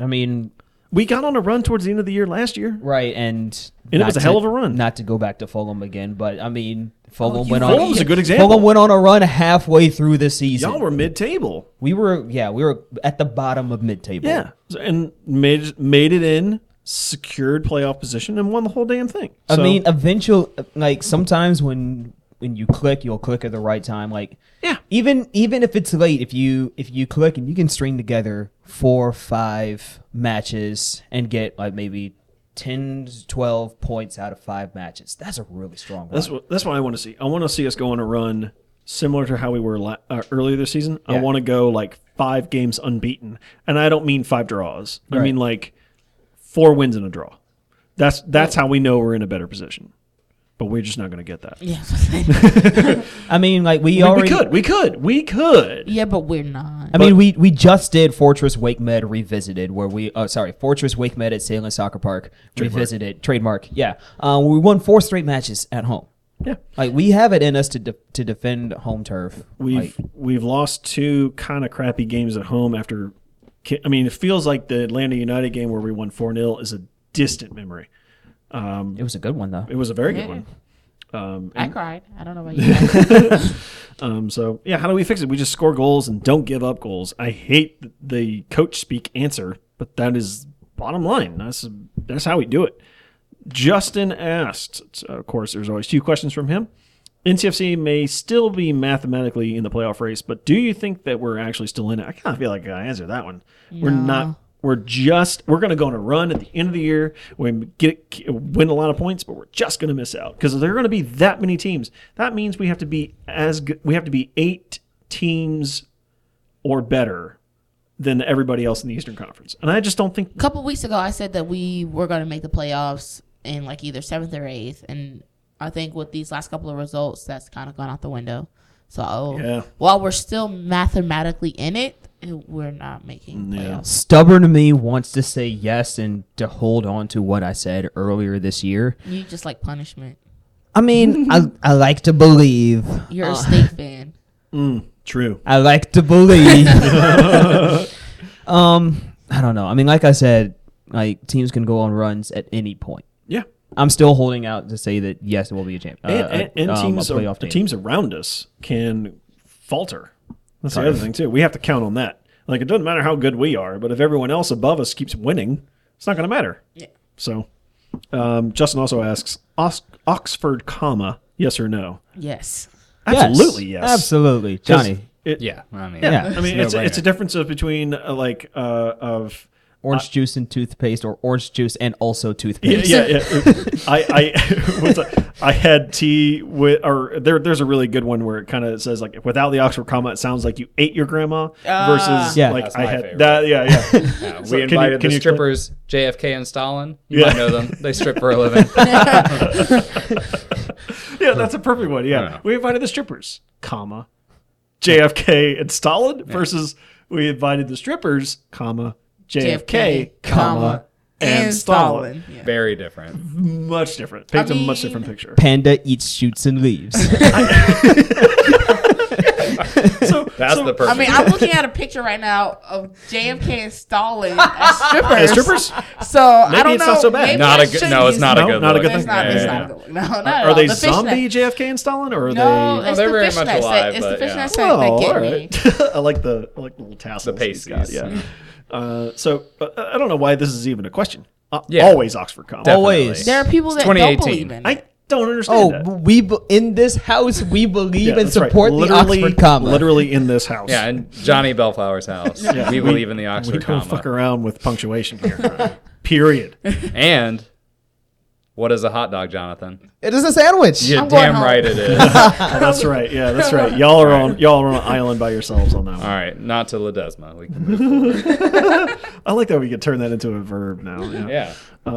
S5: I mean,
S2: We got on a run towards the end of the year last year.
S5: right, and
S2: And it
S5: not
S2: was a
S5: to-
S2: hell of a run. Oh,
S5: Not to go back to Fulham again, but I mean, Fulham
S4: you-
S5: went on.
S2: Fulham's a good example.
S5: Fulham went on a run halfway through the season.
S2: Y'all were mid table.
S5: we were, yeah, we were at the bottom of mid-table.
S2: Yeah. So- And made, made it in, secured playoff position, and won the whole damn thing.
S5: I
S2: So,
S5: mean, eventual like sometimes when when you click, you'll click at the right time. Like
S2: Yeah.
S5: even even if it's late, if you if you click and you can string together four or five matches and get like maybe 10 to 12 points out of five matches that's a really strong run.
S2: That's what that's what I want to see. I want to see us go on a run similar to how we were la- uh, earlier this season. I
S5: Yeah.
S2: want to go like five games unbeaten, and I don't mean five draws. I
S5: Right.
S2: mean like four wins and a draw. That's that's how we know we're in a better position. But we're just not going to get that.
S4: Yeah.
S5: i mean like we,
S2: I mean,
S5: already
S2: we could, we could, we could.
S4: yeah, but we're not.
S5: I mean, we, we just did Fortress Wake Med Revisited, where we oh sorry, Fortress Wake Med at Salem Soccer Park Revisited trademark. Yeah, um, we won four straight matches at home.
S2: Yeah,
S5: Like we have it in us to de- to defend home turf.
S2: we've
S5: Like,
S2: we've lost two kind of crappy games at home after. ki- I mean, it feels like the Atlanta United game where we won four 0 is a distant memory.
S5: it was a good one though.
S2: It was a very
S4: Yeah.
S2: good one. Um,
S4: I cried. I don't know about you. guys.
S2: Um, so yeah, how do we fix it? We just score goals and don't give up goals. I hate th- the coach speak answer, but that is bottom line. That's that's how we do it. Justin asked. so, Of course, there's always two questions from him. NCFC may still be mathematically in the playoff race, but do you think that we're actually still in it? I kind of feel like I answered that one. We're not. We're just. We're going to go on a run at the end of the year. We get win a lot of points, but we're just going to miss out because there are going to be that many teams. That means we have to be as good. We have to be eight teams or better than everybody else in the Eastern Conference, and I just don't think
S4: A couple weeks ago, I said that we were going to make the playoffs in like either seventh or eighth, and I think with these last couple of results, that's kind of gone out the window. So
S2: Yeah.
S4: while we're still mathematically in it, we're not making playoffs.
S5: Stubborn me wants to say yes and to hold on to what I said earlier this year.
S4: You just like punishment.
S5: I mean, I, I like to believe.
S4: You're a state fan.
S2: true.
S5: I like to believe. um, I don't know. I mean, like I said, like teams can go on runs at any point.
S2: Yeah,
S5: I'm still holding out to say that yes, it will be a champ.
S2: and,
S5: uh,
S2: and, and
S5: um, a
S2: teams, ar-
S5: playoff team.
S2: teams around us can falter. That's the other thing too. We have to count on that. Like it doesn't matter how good we are, but if everyone else above us keeps winning, it's not going to matter. Yeah. So, um, Justin also asks Os- Oxford, comma yes or no?
S4: Yes.
S5: Yes.
S2: Absolutely yes. uh,
S5: Absolutely,
S2: 'Cause
S5: Johnny.
S2: It,
S3: Yeah, I mean,
S5: Yeah.
S2: I mean, it's, it's a difference of between uh, like uh, of
S5: Orange juice and toothpaste, or orange juice and also
S2: Yeah,
S5: toothpaste.
S2: yeah, yeah. I, I, what's that? I had tea with, or there, there's a really good one where it kind of says like, without the Oxford comma, it sounds like you ate your grandma versus
S5: Yeah.
S2: like
S3: That's
S2: I
S3: my
S2: had
S3: favorite.
S2: that. Yeah, yeah.
S3: Yeah,
S2: So
S3: we
S2: can you-
S3: invited
S2: can
S3: the
S2: you explain-
S3: strippers JFK and Stalin. You
S2: Yeah.
S3: might know them. They strip for a living.
S2: yeah, that's a perfect one. Yeah.
S3: Yeah.
S2: we invited the strippers, comma, JFK and Stalin versus we invited the strippers, comma, JFK, comma, and Stalin.
S4: Yeah.
S3: Very different.
S2: Much different. Paints a much
S4: mean-
S2: different picture.
S5: Panda eats shoots and leaves.
S2: So
S3: That's
S2: so-
S3: the
S4: I
S3: perfect.
S4: mean, I'm looking at a picture right now of JFK and Stalin as strippers.
S2: As strippers?
S4: So I
S2: Maybe
S4: don't
S2: it's
S4: know.
S2: not so bad.
S4: Maybe
S3: Not
S4: I
S3: a good-
S4: should
S3: no, it's
S4: use
S3: not
S4: them.
S2: no,
S3: good
S2: not a
S3: look.
S2: good
S4: It's
S2: thing.
S4: not.
S3: Yeah,
S4: it's
S3: yeah,
S4: not a good look. No, not at
S2: Are
S4: all.
S2: they
S4: The fishnet-
S2: zombie JFK and Stalin, or are they? Oh,
S4: No, it's
S3: they're
S4: the
S3: very much
S4: fishnets.
S3: alive,
S4: that- It's the
S3: but yeah.
S4: fishnets that get me.
S2: I like the I like the little tassels.
S3: The
S2: he's got,
S3: pasties.
S2: Yeah. Uh, so uh, I don't know why this is even a question. Uh,
S3: Yeah.
S2: Always Oxford comma.
S3: Definitely.
S5: Always.
S4: There are people that don't
S3: 2018.
S4: believe in it.
S2: I don't understand.
S5: oh,
S2: that.
S5: b- we b- in this house we believe
S2: Yeah,
S5: and
S2: that's right.
S5: support the
S2: Literally-
S5: Oxford comma.
S2: Literally in this house.
S3: Yeah, and Johnny Bellflower's house. We believe in the
S2: we
S3: Oxford
S2: don't fuck
S3: comma.
S2: around with punctuation here. Period.
S3: And what is a hot dog, Jonathan?
S5: It is a sandwich.
S3: You're
S4: I'm going
S3: damn
S4: home.
S3: right it is. All
S2: Oh, that's right. Yeah, that's right. Y'all are on y'all are on an island by yourselves on that one.
S3: right, not to Ledesma. We can move.
S2: I like that we could turn that into a verb now. Yeah.
S3: Yeah,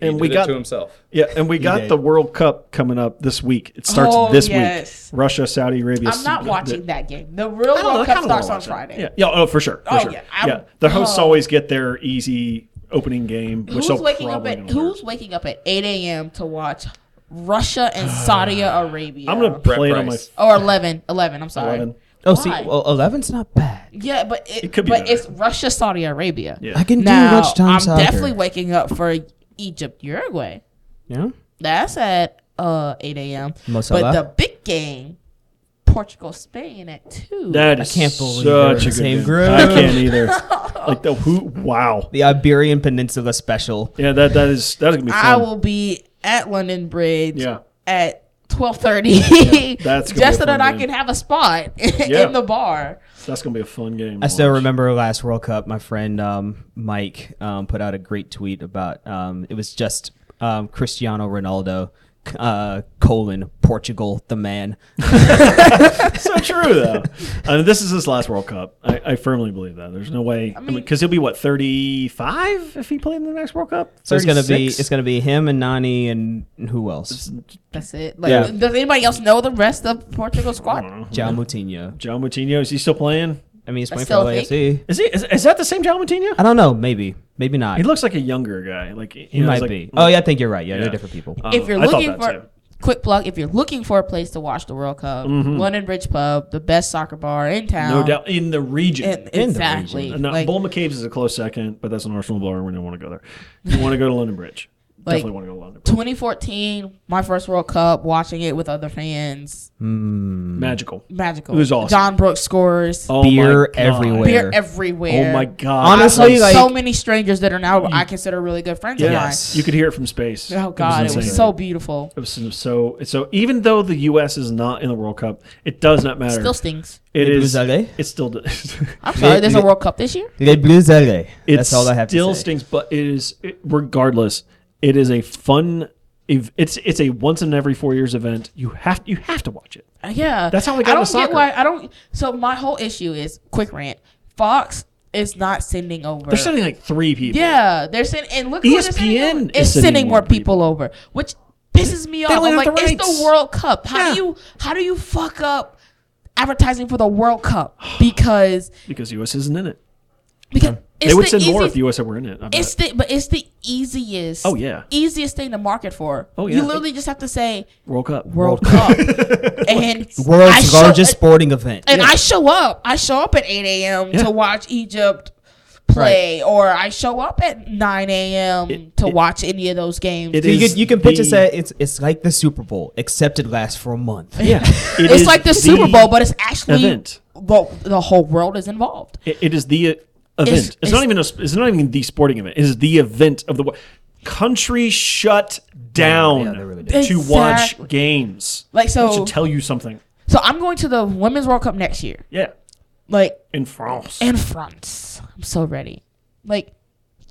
S2: and
S3: He
S2: we
S3: did it
S2: got
S3: to himself.
S2: yeah, and we got
S5: did.
S2: the World Cup coming up this week. It starts
S4: Oh,
S2: this
S4: yes.
S2: week. Russia, Saudi Arabia.
S4: I'm not
S2: the-
S4: watching that game. The real
S2: I don't
S5: Oh,
S2: know, I
S4: World Cup
S2: kinda wanna
S4: starts on
S2: watch that.
S4: Friday.
S2: Yeah, yeah, oh for sure, for
S4: Oh,
S2: sure.
S4: yeah,
S2: Yeah,
S4: I'm-
S2: the hosts
S4: oh.
S2: always get their easy opening game, which
S4: Who's
S2: they'll
S4: waking up
S2: probably
S4: at
S2: gonna lose.
S4: Who's waking up at 8 a.m. to watch Russia and Saudi Arabia?
S2: I'm gonna
S3: Brett
S2: play it on my.
S3: Price.
S4: or 11, 11. I'm sorry.
S2: 11.
S5: Oh, see,
S4: Why?
S5: well, eleven's not bad.
S4: Yeah, but it,
S2: It could be
S4: but
S2: better.
S4: it's Russia, Saudi Arabia.
S2: Yeah.
S5: I can do
S4: Now
S5: lunchtime
S4: I'm
S5: soccer.
S4: definitely waking up for Egypt, Uruguay.
S5: Yeah.
S4: That's at uh 8 a.m.
S5: Mo
S4: But
S5: Salah?
S4: the big game, Portugal, Spain at two.
S2: That is
S5: can't believe they're in
S2: such
S5: the
S2: a good
S5: same
S2: game.
S5: group.
S2: I can't either. like the who? Wow.
S5: The Iberian Peninsula special.
S2: Yeah, that that is that's gonna be fun.
S4: I will be at London Bridge
S2: Yeah.
S4: at twelve thirty.
S2: that's gonna be
S4: just so
S2: a fun
S4: that I
S2: game.
S4: can have a spot
S2: Yeah.
S4: in the bar.
S2: That's gonna be a fun game.
S5: I
S2: to
S5: still
S2: watch.
S5: remember last World Cup. My friend um, Mike um, put out a great tweet about um, it was just um, Cristiano Ronaldo c- uh, colon Portugal the man.
S2: so true though. I mean, this is his last World Cup. I, I firmly believe that. There's no way. I mean, because he'll be what 35 if he played in the next World Cup.
S5: So it's gonna be
S2: 36?
S5: it's gonna be him and Nani and who else?
S4: That's it. Like,
S5: Yeah.
S4: does anybody else know the rest of Portugal
S2: I don't
S4: squad?
S2: know.
S5: Jao Moutinho.
S2: John Moutinho is he still playing?
S5: I mean, he's playing for
S4: still a
S5: LAFC.
S2: Is he? Is, is that the same John Moutinho?
S5: I don't know. Maybe maybe not.
S2: He looks like a younger guy. Like you
S5: He
S2: know,
S5: might
S2: he's like-
S5: be. Oh yeah, I think you're right. Yeah,
S2: Yeah. Uh,
S5: they're different people.
S2: I don't
S4: If you're
S2: know. I thought
S4: looking
S2: that,
S4: for
S2: too.
S4: quick plug, if you're looking for a place to watch the World Cup, London Bridge Pub, the best soccer bar in town.
S2: Mm-hmm. no doubt in the region. Uh,
S4: It-
S5: In the
S4: exactly.
S2: no,
S4: like,
S2: Bull McCabe's is a close second, but that's an Arsenal blower. We don't want to go there. You want to go to London Bridge.
S4: Like
S2: Definitely want to go to London.
S4: 2014, my first World Cup, watching it with other fans,
S2: Magical.
S4: magical.
S2: Mm. It was awesome.
S4: John Brooks scores,
S2: Oh my
S5: Beer
S2: God.
S5: everywhere.
S4: beer everywhere.
S2: Oh my god.
S5: Honestly,
S4: Honestly,
S5: like-
S4: so many strangers that are now I consider really good friends
S2: Mm. yes. You could hear it from space.
S4: of mine. Oh God, it was,
S2: insane.
S4: so beautiful.
S2: It was so so. Even though the U.S. is not in the World Cup, it does not matter.
S4: Still stings.
S2: it
S5: It
S2: is.
S5: was LA?
S2: It still does.
S4: I'm sorry. There's a
S5: it-
S4: World Cup this year.
S5: Les Blues LA.
S2: it
S5: That's all I have
S2: still
S5: to say.
S2: stings, but it is it, regardless. It is a fun. ev- It's it's a once in every four years event. You have you have to watch it.
S4: Uh, Yeah,
S2: That's how we
S4: I
S2: got
S4: don't
S2: into
S4: get
S2: soccer.
S4: why I don't. So my whole issue is quick rant. Fox is not sending over.
S2: There's something like three people. E
S4: Yeah, they're sending and look who they're
S2: ESPN
S4: sending.
S2: is
S4: It's
S2: sending
S4: sending
S2: more
S4: more people, over, which pisses me off.
S2: don't
S4: I'm
S2: have
S4: like,
S2: the
S4: it's
S2: rights.
S4: the World Cup. How
S2: Yeah.
S4: do you how do you fuck up advertising for the World Cup because
S2: because U.S. isn't in it.
S4: because it's
S2: they would
S4: the
S2: send more if
S4: easiest-
S2: U.S. were in it. I bet.
S4: It's the but it's the easiest.
S2: Oh, yeah.
S4: easiest thing to market for.
S2: Oh,
S4: You
S2: yeah.
S4: literally just have to say
S2: World Cup.
S4: World Cup and
S5: World's
S4: I show-
S5: largest sporting event.
S4: and I show up. I show up at 8 a.m.
S2: Yeah.
S4: to watch Egypt play, or I show up at 9 a.m.
S2: It-
S4: to
S2: it-
S4: watch any of those games.
S2: It
S5: So you
S2: is
S5: can you can pitch us
S2: the-
S5: at it's it's like the Super Bowl except it lasts for a month.
S2: Yeah, It
S4: it's
S2: is
S4: like the Super Bowl, but it's actually
S2: event.
S4: well, the whole world is involved.
S2: It, it is the uh, event.
S4: It's-
S2: It's,
S4: it's-
S2: not even a, sp- it's not even the sporting event. It is the event of the wo- country shut down
S5: Yeah, they really
S2: to
S5: did.
S4: Exactly.
S2: watch games.
S4: Like, so-
S2: that should tell you something.
S4: So I'm going to the Women's World Cup next year,
S2: Yeah,
S4: like
S2: in France.
S4: in France. I'm so ready. Like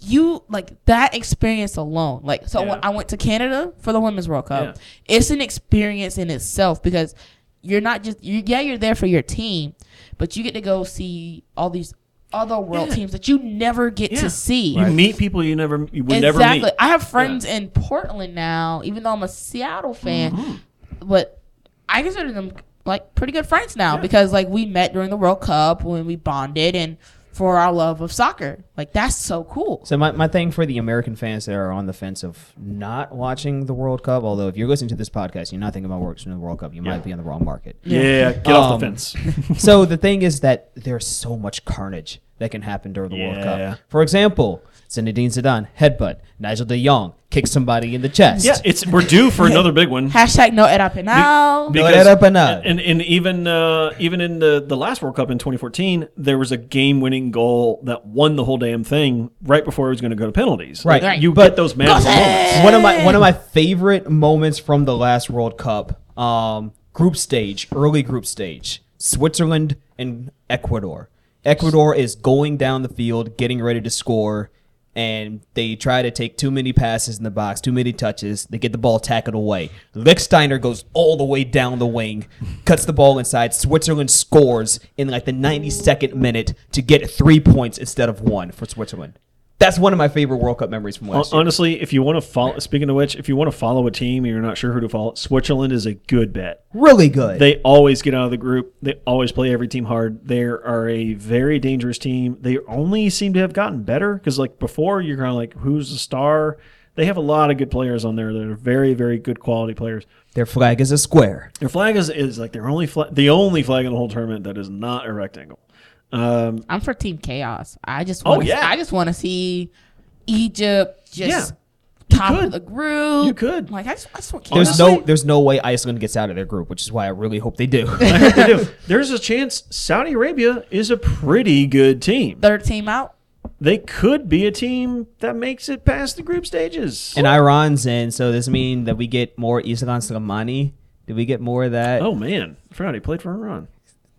S4: you, like that experience alone. Like so, when
S2: Yeah.
S4: I went to Canada for the Women's World Cup.
S2: Yeah.
S4: It's an experience in itself because you're not just you. Yeah, you're there for your team, but you get to go see all these other world
S2: Yeah.
S4: teams that you never get
S2: Yeah.
S4: to see.
S2: you meet people you never you would never
S4: exactly.
S2: meet.
S4: I have friends in Portland now, even though I'm a Seattle fan,
S2: Mm-hmm.
S4: but I consider them like pretty good friends now because like we met during the World Cup when we bonded and for our love of soccer. Like that's so cool.
S5: So my, my thing for the American fans that are on the fence of not watching the World Cup, although if you're listening to this podcast, you're not thinking about watching the World Cup, you might be on the wrong market.
S2: Yeah, get off the
S5: Um,
S2: fence.
S5: so the thing is that there's so much carnage that can happen during the World
S2: Yeah.
S5: Cup. For example, Zinedine Zidane headbutt Nigel De Jong kicks somebody in the chest.
S2: yeah, it's we're due for another big one.
S4: Hashtag no era penal.
S5: Be- era penal.
S2: and, and even uh, even in the, the last World Cup in 2014, there was a game winning goal that won the whole damn thing right before it was going to go to penalties.
S5: Right.
S2: Like, you
S5: But-
S2: get those magical
S4: Go
S2: moments.
S5: one of my one of my favorite moments from the last World Cup um, group stage, early group stage, Switzerland and Ecuador. Ecuador is going down the field, getting ready to score, and they try to take too many passes in the box, too many touches. They get the ball tackled away. Lichtsteiner goes all the way down the wing, cuts the ball inside. Switzerland scores in like the 92nd minute to get three points instead of one for Switzerland. That's one of my favorite World Cup memories from last year.
S2: Honestly, if you want to follow, speaking of which, if you want to follow a team and you're not sure who to follow, Switzerland is a good bet.
S5: Really good.
S2: They always get out of the group. They always play every team hard. They are a very dangerous team. They only seem to have gotten better because, like before, you're kind of like, who's the star? They have a lot of good players on there that are very, very good quality players.
S5: Their flag is a square.
S2: Their flag is, is like their only flag, the only flag in the whole tournament that is not a rectangle. Um,
S4: I'm for Team Chaos. I just
S2: Oh,
S4: want
S2: yeah.
S4: I just want to see Egypt just top
S2: could.
S4: of the group.
S2: You could.
S4: Like I just, I just
S2: Oh,
S4: want Chaos.
S5: There's no there's no way Iceland gets out of their group, which is why I really hope they do.
S2: I hope they do. There's a chance Saudi Arabia is a pretty good team.
S4: third team out.
S2: They could be a team that makes it past the group stages.
S5: and Iran's in, so does this mean that we get more Islam Slimani? Do we get more of that?
S2: oh man, I forgot he played for Iran.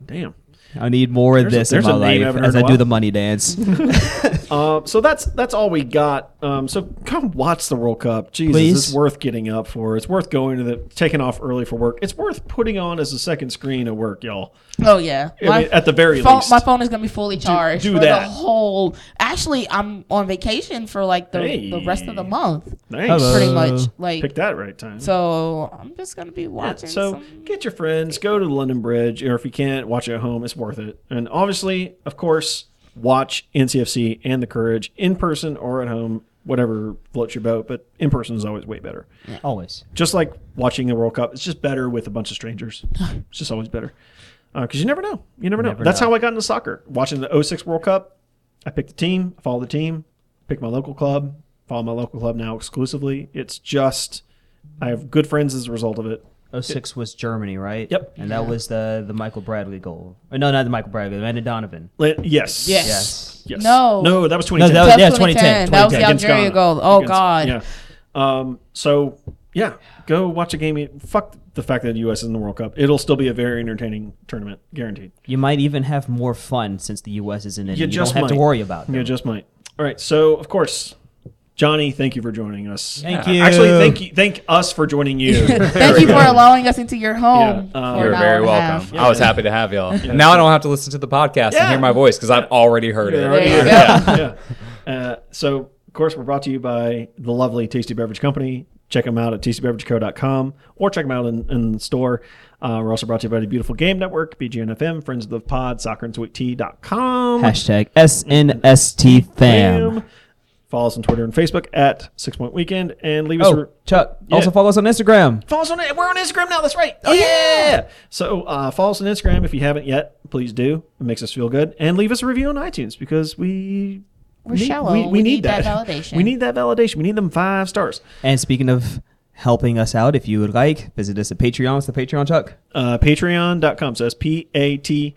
S2: Damn.
S5: I need more of
S2: There's a-
S5: this in
S2: there's
S5: my
S2: a name I
S5: life
S2: haven't
S5: as
S2: heard in
S5: I
S2: a
S5: do
S2: while.
S5: the money dance.
S2: Uh, so that's that's all we got. Um, so come watch the World Cup. Jesus,
S5: Please.
S2: it's worth getting up for. It's worth going to the taking off early for work. It's worth putting on as a second screen at work, y'all.
S4: Oh yeah.
S2: I mean, at the very
S4: phone,
S2: least.
S4: my phone is gonna be fully charged
S2: do
S4: for
S2: that.
S4: the whole. Actually, I'm on vacation for like the, the rest of the
S2: Hey.
S4: month,
S2: Thanks.
S5: Hello.
S4: pretty
S5: Uh,
S4: much. Like
S2: Pick that right time.
S4: so, I'm just gonna be
S2: Yeah,
S4: watching.
S2: so
S4: some-
S2: get your friends, go to the London Bridge, or if you can't, watch it at home. It's worth it. And obviously, of course, watch NCFC and the Courage in person or at home, whatever floats your boat. But in person is always way better.
S5: Always.
S2: Just like watching the World Cup, it's just better with a bunch of strangers. It's just always better because you never know. You never know. That's how I got into oh soccer. Watching the 06 World Cup, I picked the team, I followed the team, picked my local club, follow my local club now exclusively. It's just I have good friends as a result of it.
S5: 06 was Germany, right?
S2: Oh, Yep.
S5: And that was the the Michael Bradley goal. Or no, not the Michael Bradley. Amanda Donovan.
S2: Li- Yes.
S4: Yes.
S5: Yes.
S2: Yes.
S4: No.
S2: No, that was
S5: that
S2: 2010.
S5: was-
S4: That
S5: yeah,
S4: was
S5: 2010,
S4: 2010. That was the
S5: 2010,
S2: against
S4: Algeria
S2: Ghana.
S4: goal. Oh,
S2: Against-
S4: God.
S2: Yeah. Um, so yeah, go watch a game. Fuck the fact that the U.S. is in the World Cup. It'll still be a very entertaining tournament, guaranteed.
S5: You might even have more fun since the U.S. is in it.
S2: You
S5: and
S2: just
S5: don't have to
S2: might.
S5: worry about
S2: You
S5: them.
S2: just might. All right. So of course, Johnny, thank you for joining us.
S5: Thank you.
S2: Actually, thank you. Thank us for joining you.
S4: Thank you for allowing us into your home.
S2: Yeah, um,
S4: for
S3: You're
S4: an hour
S3: very
S4: and a half.
S3: welcome. I was happy to have y'all. And Now I don't have to listen to the podcast and
S2: Yeah.
S3: hear my voice because I've already heard it.
S4: There you go.
S2: yeah. yeah. Uh, so, of course, we're brought to you by the lovely Tasty Beverage Company. Check them out at tastybeverageco.com or check them out in, in the store. Uh, we're also brought to you by the Beautiful Game Network, BGNFM, Friends of the Pod, soccerandsweettea.com.
S5: Hashtag SNST fam.
S2: Follow us on Twitter and Facebook at Six Point Weekend and leave us a.
S5: Oh, Chuck. Also follow us on Instagram.
S2: Follow us on we're on Instagram now. That's right. Oh yeah. So uh, follow us on Instagram if you haven't yet. Please do. It makes us feel good. And leave us a review on iTunes because we
S4: We're shallow. We need that validation.
S2: We need that validation. We need them five stars.
S5: And speaking of helping us out, if you would like, visit us at Patreon. What's the Patreon, Chuck?
S2: Uh, Patreon.com. So that's P A T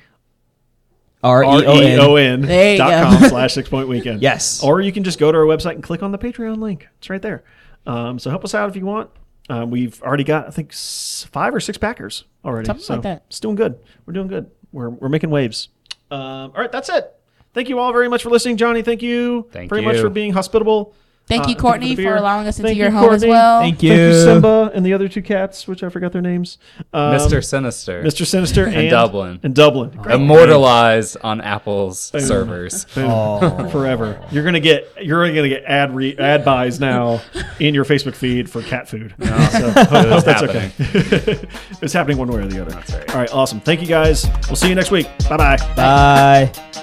S5: R E
S2: R E O
S5: O N.
S2: N
S4: There you
S2: dot
S4: go.
S2: com slash six point weekend.
S5: Yes.
S2: Or you can just go to our website and click on the Patreon link. It's right there. Um, so help us out if you want. Um, we've already got I think s- five or six backers already.
S4: Something
S2: so
S4: like that.
S2: It's doing good. We're doing good. We're we're making waves. Um, all right, that's it. Thank you all very much for listening, Johnny. Thank you
S3: Thank
S2: very much
S3: you.
S2: for being hospitable.
S4: Thank
S2: Uh,
S4: you,
S2: thank you for
S4: Courtney,
S2: the
S4: for
S2: beer.
S4: allowing us into
S2: Thank
S4: your
S2: you,
S4: home
S2: Courtney.
S4: as well.
S5: Thank
S2: Thank you,
S5: you.
S2: Simba, and the other two cats, which I forgot their names. Um,
S3: Mr. Sinister.
S2: Mr. Sinister and,
S3: Dublin.
S2: And Dublin. Great
S3: Immortalized on Apple's servers.
S2: name. forever. You're gonna get you're gonna get ad re, ad buys now in your Facebook feed for cat food. So hope, hope that's
S3: happening.
S2: okay. it's happening one way or the other. All right, awesome. Thank you guys. We'll see you next week. Bye bye.
S5: Bye.